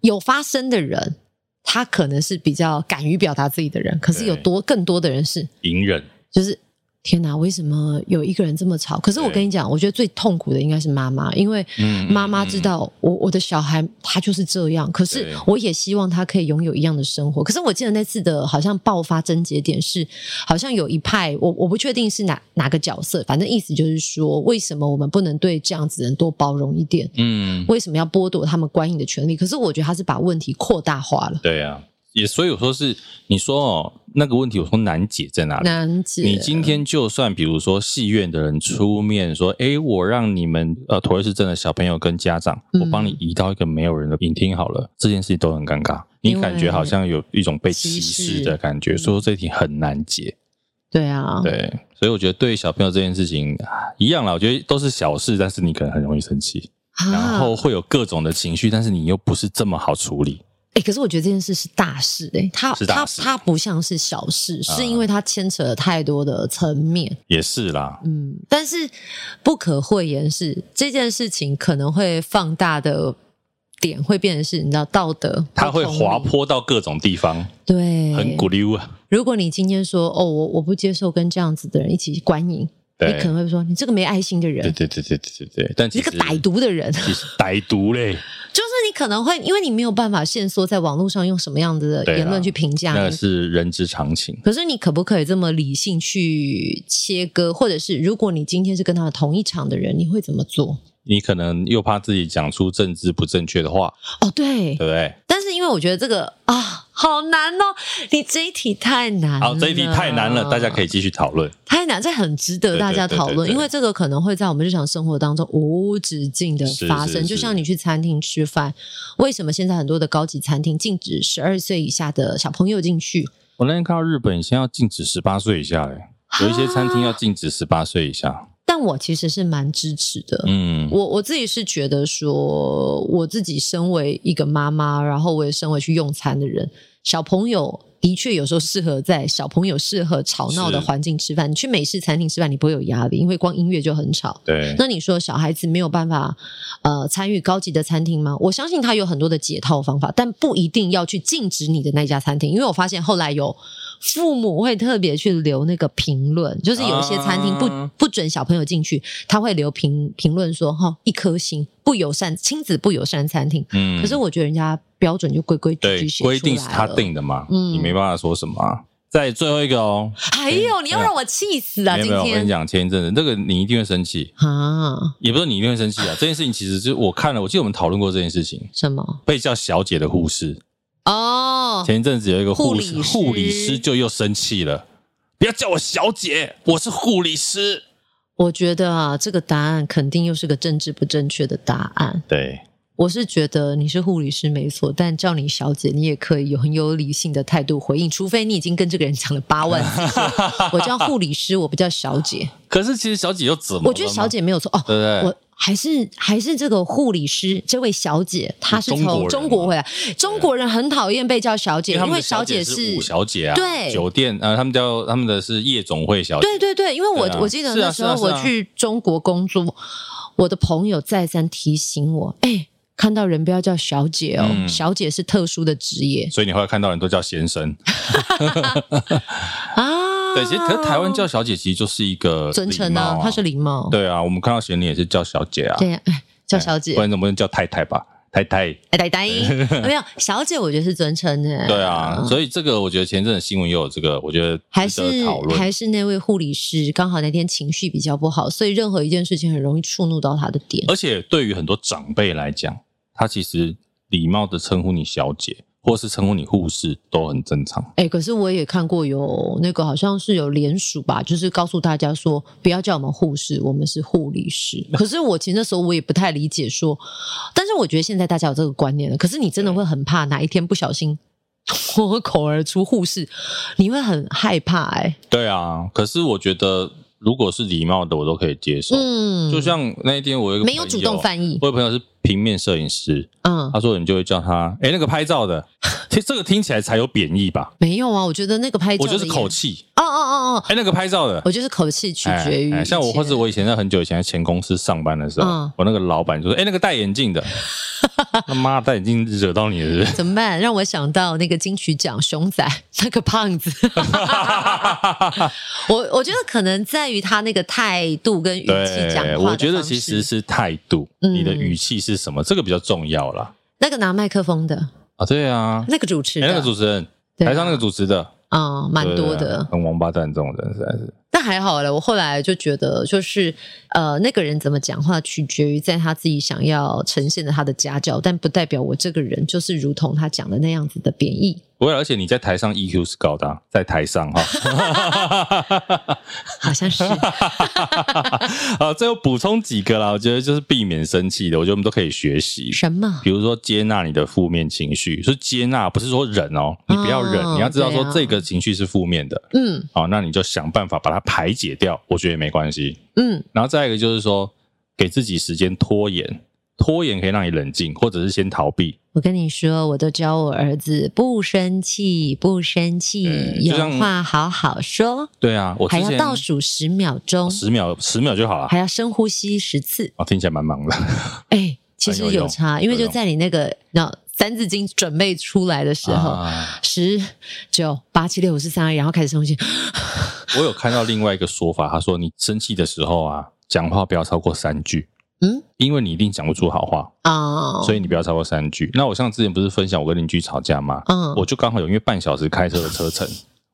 [SPEAKER 2] 有发声的人，他可能是比较敢于表达自己的人，可是
[SPEAKER 1] 对
[SPEAKER 2] 有多更多的人是
[SPEAKER 1] 隐忍，
[SPEAKER 2] 就是。天哪，为什么有一个人这么吵？可是我
[SPEAKER 1] 对
[SPEAKER 2] 跟你讲，我觉得最痛苦的应该是妈妈，因为
[SPEAKER 1] 嗯嗯
[SPEAKER 2] 妈妈知道我我的小孩他就是这样，可是
[SPEAKER 1] 对
[SPEAKER 2] 我也希望他可以拥有一样的生活。可是我记得那次的好像爆发症结点是，好像有一派我我不确定是哪哪个角色，反正意思就是说，为什么我们不能对这样子的人多包容一点？
[SPEAKER 1] 嗯，
[SPEAKER 2] 为什么要剥夺他们观影的权利？可是我觉得他是把问题扩大化了，
[SPEAKER 1] 对啊，也所以我说是你说哦那个问题，我说难解在哪里？
[SPEAKER 2] 难解。
[SPEAKER 1] 你今天就算比如说戏院的人出面说，诶，我让你们呃妥瑞氏症的小朋友跟家长，
[SPEAKER 2] 嗯
[SPEAKER 1] 我帮你移到一个没有人的影厅好了，这件事情都很尴尬，你
[SPEAKER 2] 因为
[SPEAKER 1] 感觉好像有一种被歧
[SPEAKER 2] 歧
[SPEAKER 1] 视
[SPEAKER 2] 视
[SPEAKER 1] 的感觉，所以说这一题很难解。
[SPEAKER 2] 对啊，
[SPEAKER 1] 对，所以我觉得对于小朋友这件事情啊一样啦，我觉得都是小事，但是你可能很容易生气，
[SPEAKER 2] 啊
[SPEAKER 1] 然后会有各种的情绪，但是你又不是这么好处理。
[SPEAKER 2] 哎、可是我觉得这件事是大事哎、它
[SPEAKER 1] 是大
[SPEAKER 2] 它
[SPEAKER 1] 事
[SPEAKER 2] 它不像是小事，
[SPEAKER 1] 啊
[SPEAKER 2] 是因为它牵扯了太多的层面。
[SPEAKER 1] 也是啦，
[SPEAKER 2] 嗯，但是不可讳言是这件事情可能会放大的点会变成是，你知道道德，
[SPEAKER 1] 它会
[SPEAKER 2] 不同理
[SPEAKER 1] 滑，坡到各种地方，
[SPEAKER 2] 对，
[SPEAKER 1] 很鼓溜啊。
[SPEAKER 2] 如果你今天说哦，我我不接受跟这样子的人一起观影，你
[SPEAKER 1] 对
[SPEAKER 2] 可能会说你这个没爱心的人，
[SPEAKER 1] 对对对对对对对，但其
[SPEAKER 2] 你
[SPEAKER 1] 实
[SPEAKER 2] 这个歹毒的人， [laughs] 就
[SPEAKER 1] 其实歹毒嘞，
[SPEAKER 2] 是你可能会因为你没有办法限缩在网络上用什么样的
[SPEAKER 1] 对啦
[SPEAKER 2] 言论去评价
[SPEAKER 1] 那
[SPEAKER 2] 你
[SPEAKER 1] 个是人之常情。
[SPEAKER 2] 可是你可不可以这么理性去切割，或者是如果你今天是跟他同一场的人，你会怎么做？
[SPEAKER 1] 你可能又怕自己讲出政治不正确的话，
[SPEAKER 2] 哦，
[SPEAKER 1] 对
[SPEAKER 2] 对，
[SPEAKER 1] 不对？
[SPEAKER 2] 但是因为我觉得这个啊，好难哦，你这一题太难了，
[SPEAKER 1] 好，这一题太难了，大家可以继续讨论。
[SPEAKER 2] 太难，这很值得大家
[SPEAKER 1] 对对
[SPEAKER 2] 讨
[SPEAKER 1] 对对
[SPEAKER 2] 论，
[SPEAKER 1] 对
[SPEAKER 2] 因为这个可能会在我们日常生活当中无止境的发
[SPEAKER 1] 是是
[SPEAKER 2] 生。
[SPEAKER 1] 是
[SPEAKER 2] 就像你去餐厅吃饭，为什么现在很多的高级餐厅禁止十二岁以下的小朋友进去？
[SPEAKER 1] 我那天看到日本以前要禁止十八岁以下嘞，有一些餐厅要
[SPEAKER 2] 啊，
[SPEAKER 1] 禁止十八岁以下。
[SPEAKER 2] 但我其实是蛮支持的，
[SPEAKER 1] 嗯，
[SPEAKER 2] 我我自己是觉得说，我自己身为一个妈妈，然后我也身为去用餐的人，小朋友的确有时候适合在小朋友适合吵闹的
[SPEAKER 1] 是
[SPEAKER 2] 环境吃饭。你去美式餐厅吃饭，你不会有压力，因为光音乐就很吵。
[SPEAKER 1] 对，
[SPEAKER 2] 那你说小孩子没有办法呃参与高级的餐厅吗？我相信他有很多的解套方法，但不一定要去禁止你的那家餐厅，因为我发现后来有父母会特别去留那个评论，就是有一些餐厅不、
[SPEAKER 1] 啊
[SPEAKER 2] 不准小朋友进去，他会留评评论说哈、一颗星不友善亲子不友善餐厅。
[SPEAKER 1] 嗯
[SPEAKER 2] 可是我觉得人家标准就规规矩
[SPEAKER 1] 对
[SPEAKER 2] 矩写
[SPEAKER 1] 规
[SPEAKER 2] 出来
[SPEAKER 1] 定是他
[SPEAKER 2] 了
[SPEAKER 1] 定的嘛，
[SPEAKER 2] 嗯
[SPEAKER 1] 你没办法说什么啊。再最后一个哦，
[SPEAKER 2] 还有，哎你要让我气死啊！
[SPEAKER 1] 没有
[SPEAKER 2] 今
[SPEAKER 1] 没有，我跟你
[SPEAKER 2] 天
[SPEAKER 1] 讲，前一阵子那个你一定会生气，
[SPEAKER 2] 啊，
[SPEAKER 1] 也不是你一定会生气
[SPEAKER 2] [laughs]
[SPEAKER 1] 啊。这件事情其实就是我看了，我记得我们讨论过这件事情，
[SPEAKER 2] 什么？
[SPEAKER 1] 被叫小姐的护士，
[SPEAKER 2] 哦，
[SPEAKER 1] 前一阵子有一个护士
[SPEAKER 2] 护理师
[SPEAKER 1] 护理师就又生气了，不要叫我小姐，我是护理师。
[SPEAKER 2] 我觉得啊，这个答案肯定又是个政治不正确的答案。
[SPEAKER 1] 对，
[SPEAKER 2] 我是觉得你是护理师没错，但叫你小姐，你也可以有很有理性的态度回应，除非你已经跟这个人讲了八万次说，我叫护理师，我不叫
[SPEAKER 1] [laughs]
[SPEAKER 2] 小姐。
[SPEAKER 1] 可是其实小姐又怎么了吗？
[SPEAKER 2] 我觉得小姐没有错哦，
[SPEAKER 1] 对不对？
[SPEAKER 2] 我还是还是这个护理师这位小姐，她是
[SPEAKER 1] 中国
[SPEAKER 2] 从
[SPEAKER 1] 人
[SPEAKER 2] 中国回来，中国人很讨厌被叫小姐，
[SPEAKER 1] 因为他
[SPEAKER 2] 因
[SPEAKER 1] 们
[SPEAKER 2] 为
[SPEAKER 1] 的小
[SPEAKER 2] 姐
[SPEAKER 1] 是五小姐啊，
[SPEAKER 2] 对
[SPEAKER 1] 酒店啊，呃他们叫他们的是夜总会小姐，
[SPEAKER 2] 对对对，因为我、
[SPEAKER 1] 对啊
[SPEAKER 2] 我记得
[SPEAKER 1] 是啊
[SPEAKER 2] 那时
[SPEAKER 1] 是
[SPEAKER 2] 候
[SPEAKER 1] 啊
[SPEAKER 2] 我
[SPEAKER 1] 是啊
[SPEAKER 2] 去中国工作，我的朋友再三提醒我，哎、看到人不要叫小姐哦，
[SPEAKER 1] 嗯
[SPEAKER 2] 小姐是特殊的职业
[SPEAKER 1] 所以你后来看到人都叫先生。
[SPEAKER 2] 啊。
[SPEAKER 1] 对，其实可是台湾叫小姐其实就是一个
[SPEAKER 2] 尊称
[SPEAKER 1] 礼貌
[SPEAKER 2] 啊，她是礼貌，
[SPEAKER 1] 对啊，我们看到贤玲也是叫小姐啊，
[SPEAKER 2] 对呀、哎 [laughs] 叫小姐
[SPEAKER 1] 不，然怎么能叫太太吧？太太，
[SPEAKER 2] 哎，
[SPEAKER 1] [laughs]
[SPEAKER 2] 呆呆，没有小姐，我觉得是尊称的、
[SPEAKER 1] 对啊，所以这个我觉得前阵子新闻也有这个，我觉得
[SPEAKER 2] 还
[SPEAKER 1] 值
[SPEAKER 2] 是
[SPEAKER 1] 得讨论。
[SPEAKER 2] 还是那位护理师，刚好那天情绪比较不好，所以任何一件事情很容易触怒到他的点。
[SPEAKER 1] 而且对于很多长辈来讲，他其实礼貌的称呼你小姐，或是称呼你护士都很正常。
[SPEAKER 2] 哎、可是我也看过有那个好像是有联署吧，就是告诉大家说不要叫我们护士，我们是护理师。可是我其实那时候我也不太理解说，但是我觉得现在大家有这个观念了。可是你真的会很怕哪一天不小心 [laughs] 脱口而出护士，你会很害怕哎、
[SPEAKER 1] 对啊，可是我觉得如果是礼貌的，我都可以接受。
[SPEAKER 2] 嗯，
[SPEAKER 1] 就像那一天我有一哦个
[SPEAKER 2] 没有
[SPEAKER 1] 朋
[SPEAKER 2] 主
[SPEAKER 1] 友
[SPEAKER 2] 动，翻译，
[SPEAKER 1] 我有朋友是平面摄影师，
[SPEAKER 2] 嗯，
[SPEAKER 1] 他说你就会叫他，哎、那个拍照的，其实这个听起来才有贬义吧？
[SPEAKER 2] 没有啊。我觉得那个拍照
[SPEAKER 1] 我
[SPEAKER 2] 的
[SPEAKER 1] 就是
[SPEAKER 2] 也，
[SPEAKER 1] 口气，
[SPEAKER 2] 哦，哦哦哦，
[SPEAKER 1] 哎、那个拍照的，
[SPEAKER 2] 我就是口气取决于以前、
[SPEAKER 1] 哎哎像我或者我以前在很久以前在前公司上班的时候，
[SPEAKER 2] 嗯
[SPEAKER 1] 我那个老板就说：“哎、那个戴眼镜的，
[SPEAKER 2] [laughs]
[SPEAKER 1] 他妈戴眼镜惹到你了是不是
[SPEAKER 2] 怎么办？让我想到那个金曲奖熊仔 [laughs] 那个胖
[SPEAKER 1] [laughs]
[SPEAKER 2] 子，我我觉得可能在于他那个态度跟语气讲话
[SPEAKER 1] 对，
[SPEAKER 2] 的
[SPEAKER 1] 我觉得
[SPEAKER 2] 方式
[SPEAKER 1] 其实是态度，
[SPEAKER 2] 嗯
[SPEAKER 1] 你的语气是什么，这个比较重要啦。
[SPEAKER 2] 那个拿麦克风的
[SPEAKER 1] 啊，对啊，
[SPEAKER 2] 那个主持
[SPEAKER 1] 哎、
[SPEAKER 2] 的，
[SPEAKER 1] 那个主持人，
[SPEAKER 2] 对啊
[SPEAKER 1] 台上那个主持的，
[SPEAKER 2] 啊、蛮多
[SPEAKER 1] 对啊
[SPEAKER 2] 的。
[SPEAKER 1] 很王八蛋这种人实在是。
[SPEAKER 2] 但还好了，我后来就觉得，就是呃，那个人怎么讲话取决于在他自己想要呈现的他的家教，但不代表我这个人就是如同他讲的那样子的贬义。
[SPEAKER 1] 不会，而且你在台上 EQ 是高的啊、在台上哈。
[SPEAKER 2] 好
[SPEAKER 1] [laughs]
[SPEAKER 2] 像是
[SPEAKER 1] 好，最后补充几个啦，我觉得就是避免生气的，我觉得我们都可以学习。
[SPEAKER 2] 什么？
[SPEAKER 1] 比如说接纳你的负面情绪，是接纳，不是说忍哦，你不要忍，
[SPEAKER 2] 哦
[SPEAKER 1] 你要知道说
[SPEAKER 2] 对啊
[SPEAKER 1] 这个情绪是负面的，
[SPEAKER 2] 嗯
[SPEAKER 1] 哦，那你就想办法把它排解掉，我觉得也没关系。
[SPEAKER 2] 嗯
[SPEAKER 1] 然后再一个就是说，给自己时间拖延，拖延可以让你冷静，或者是先逃避。
[SPEAKER 2] 我跟你说，我都教我儿子不生气，不生气，
[SPEAKER 1] 对嗯就像
[SPEAKER 2] 有话好好说，
[SPEAKER 1] 对啊，我之
[SPEAKER 2] 还
[SPEAKER 1] 前
[SPEAKER 2] 要倒数十秒钟，
[SPEAKER 1] 十秒，十秒就好了。
[SPEAKER 2] 还要深呼吸十次。
[SPEAKER 1] 哦，听起来蛮忙的。
[SPEAKER 2] 哎，其实
[SPEAKER 1] 很有用
[SPEAKER 2] 有差，因为就在你那个那《三字经》准备出来的时候，
[SPEAKER 1] 啊
[SPEAKER 2] 十九八七六五四三二一，然后开始深呼吸。
[SPEAKER 1] 我有看到另外一个说法，他说你生气的时候啊，讲话不要超过三句，
[SPEAKER 2] 嗯
[SPEAKER 1] 因为你一定讲不出好话。
[SPEAKER 2] 哦，
[SPEAKER 1] 所
[SPEAKER 2] 以
[SPEAKER 1] 以你不要超过三句。那我像之前不是分享我跟邻居吵架吗？
[SPEAKER 2] 嗯
[SPEAKER 1] 我就刚好有因为半小时开车的车程，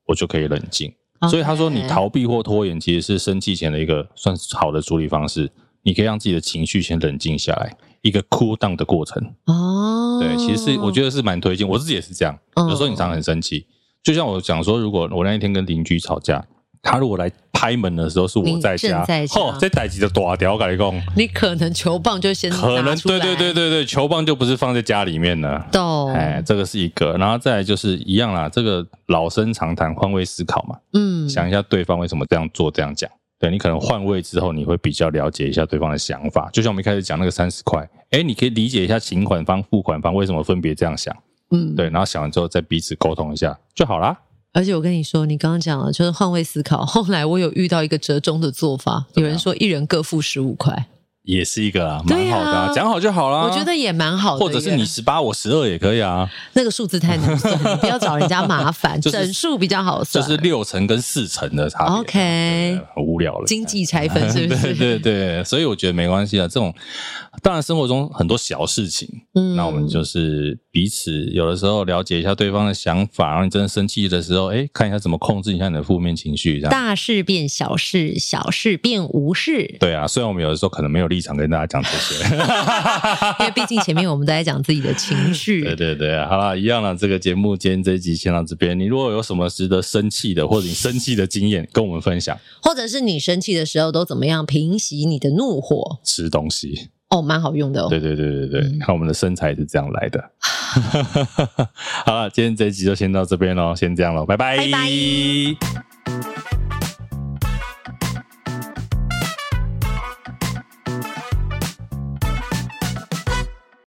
[SPEAKER 1] 我就可以冷静。
[SPEAKER 2] 哦
[SPEAKER 1] 所以他说，你逃避或拖延其实是生气前的一个算是好的处理方式。你可以让自己的情绪先冷静下来，一个 cool down 的过程。
[SPEAKER 2] 哦，
[SPEAKER 1] 对，其实是我觉
[SPEAKER 2] 得
[SPEAKER 1] 得是蛮推荐，我自己也是这样。
[SPEAKER 2] 嗯
[SPEAKER 1] 有时候你常常很生气，就像我讲说，如果我那一天跟邻居吵架。他如果来拍门的时候是我
[SPEAKER 2] 你
[SPEAKER 1] 在家
[SPEAKER 2] 正，在家
[SPEAKER 1] 吼，这逮几的大条，我跟你讲，
[SPEAKER 2] 你可能球棒就先
[SPEAKER 1] 可
[SPEAKER 2] 拿
[SPEAKER 1] 能
[SPEAKER 2] 出
[SPEAKER 1] 对
[SPEAKER 2] 来
[SPEAKER 1] 对对对对，球棒就不是放在家里面了。
[SPEAKER 2] 懂，
[SPEAKER 1] 哎，这个是一个，然后再来就是一样啦，这个老生常谈，换位思考嘛，
[SPEAKER 2] 嗯，
[SPEAKER 1] 想一下对方为什么这样做、这样讲。对你可能换位之后，你会比较了解一下对方的想法。就像我们一开始讲那个三十块，哎，你可以理解一下请款方、付款方为什么分别这样想，
[SPEAKER 2] 嗯
[SPEAKER 1] 对，然后想完之后再彼此沟通一下就好啦。
[SPEAKER 2] 而且我跟你说，你刚刚讲了， [laughs] 就是换位思考。后来我有遇到一个折中的做法，有人说一人各付十五块，
[SPEAKER 1] 也是一个啊，蛮好的、啊，
[SPEAKER 2] 对啊
[SPEAKER 1] 讲好就好啦。
[SPEAKER 2] 我觉得也蛮好的耶，
[SPEAKER 1] 或者是你十八，我十二也可以啊，
[SPEAKER 2] 那个数字太难算了，不要找人家麻烦，
[SPEAKER 1] [laughs] 就是
[SPEAKER 2] 整数比较好
[SPEAKER 1] 就
[SPEAKER 2] 算。
[SPEAKER 1] 是六成跟四成的差别啊。
[SPEAKER 2] OK
[SPEAKER 1] 对很无聊了。
[SPEAKER 2] 经济拆分是不
[SPEAKER 1] [laughs]
[SPEAKER 2] 是？
[SPEAKER 1] 对对对，所以我觉得没关系啊。这种当然生活中很多小事情，
[SPEAKER 2] 嗯
[SPEAKER 1] 那我们就是彼此有的时候了解一下对方的想法，然后你真的生气的时候，哎，看一下怎么控制一下你的负面情绪，这样。
[SPEAKER 2] 大事变小事，小事变无事。
[SPEAKER 1] 对啊，虽然我们有的时候可能没有立场跟大家讲这些，
[SPEAKER 2] 因为毕竟前面我们都在讲自己的情绪，
[SPEAKER 1] [laughs] 对对对，好啦，一样啦。这个节目今天这一集先到这边。你如果有什么值得生气的，或者你生气的经验，跟我们分享。
[SPEAKER 2] 或者是你生气的时候都怎么样平息你的怒火？
[SPEAKER 1] 吃东西，
[SPEAKER 2] 哦，蛮好用的哦
[SPEAKER 1] 对。对对对对，
[SPEAKER 2] 嗯
[SPEAKER 1] 看我们的身材是这样来的。 [laughs] 好了，今天这一集就先到这边喽，先这样喽，拜
[SPEAKER 2] 拜拜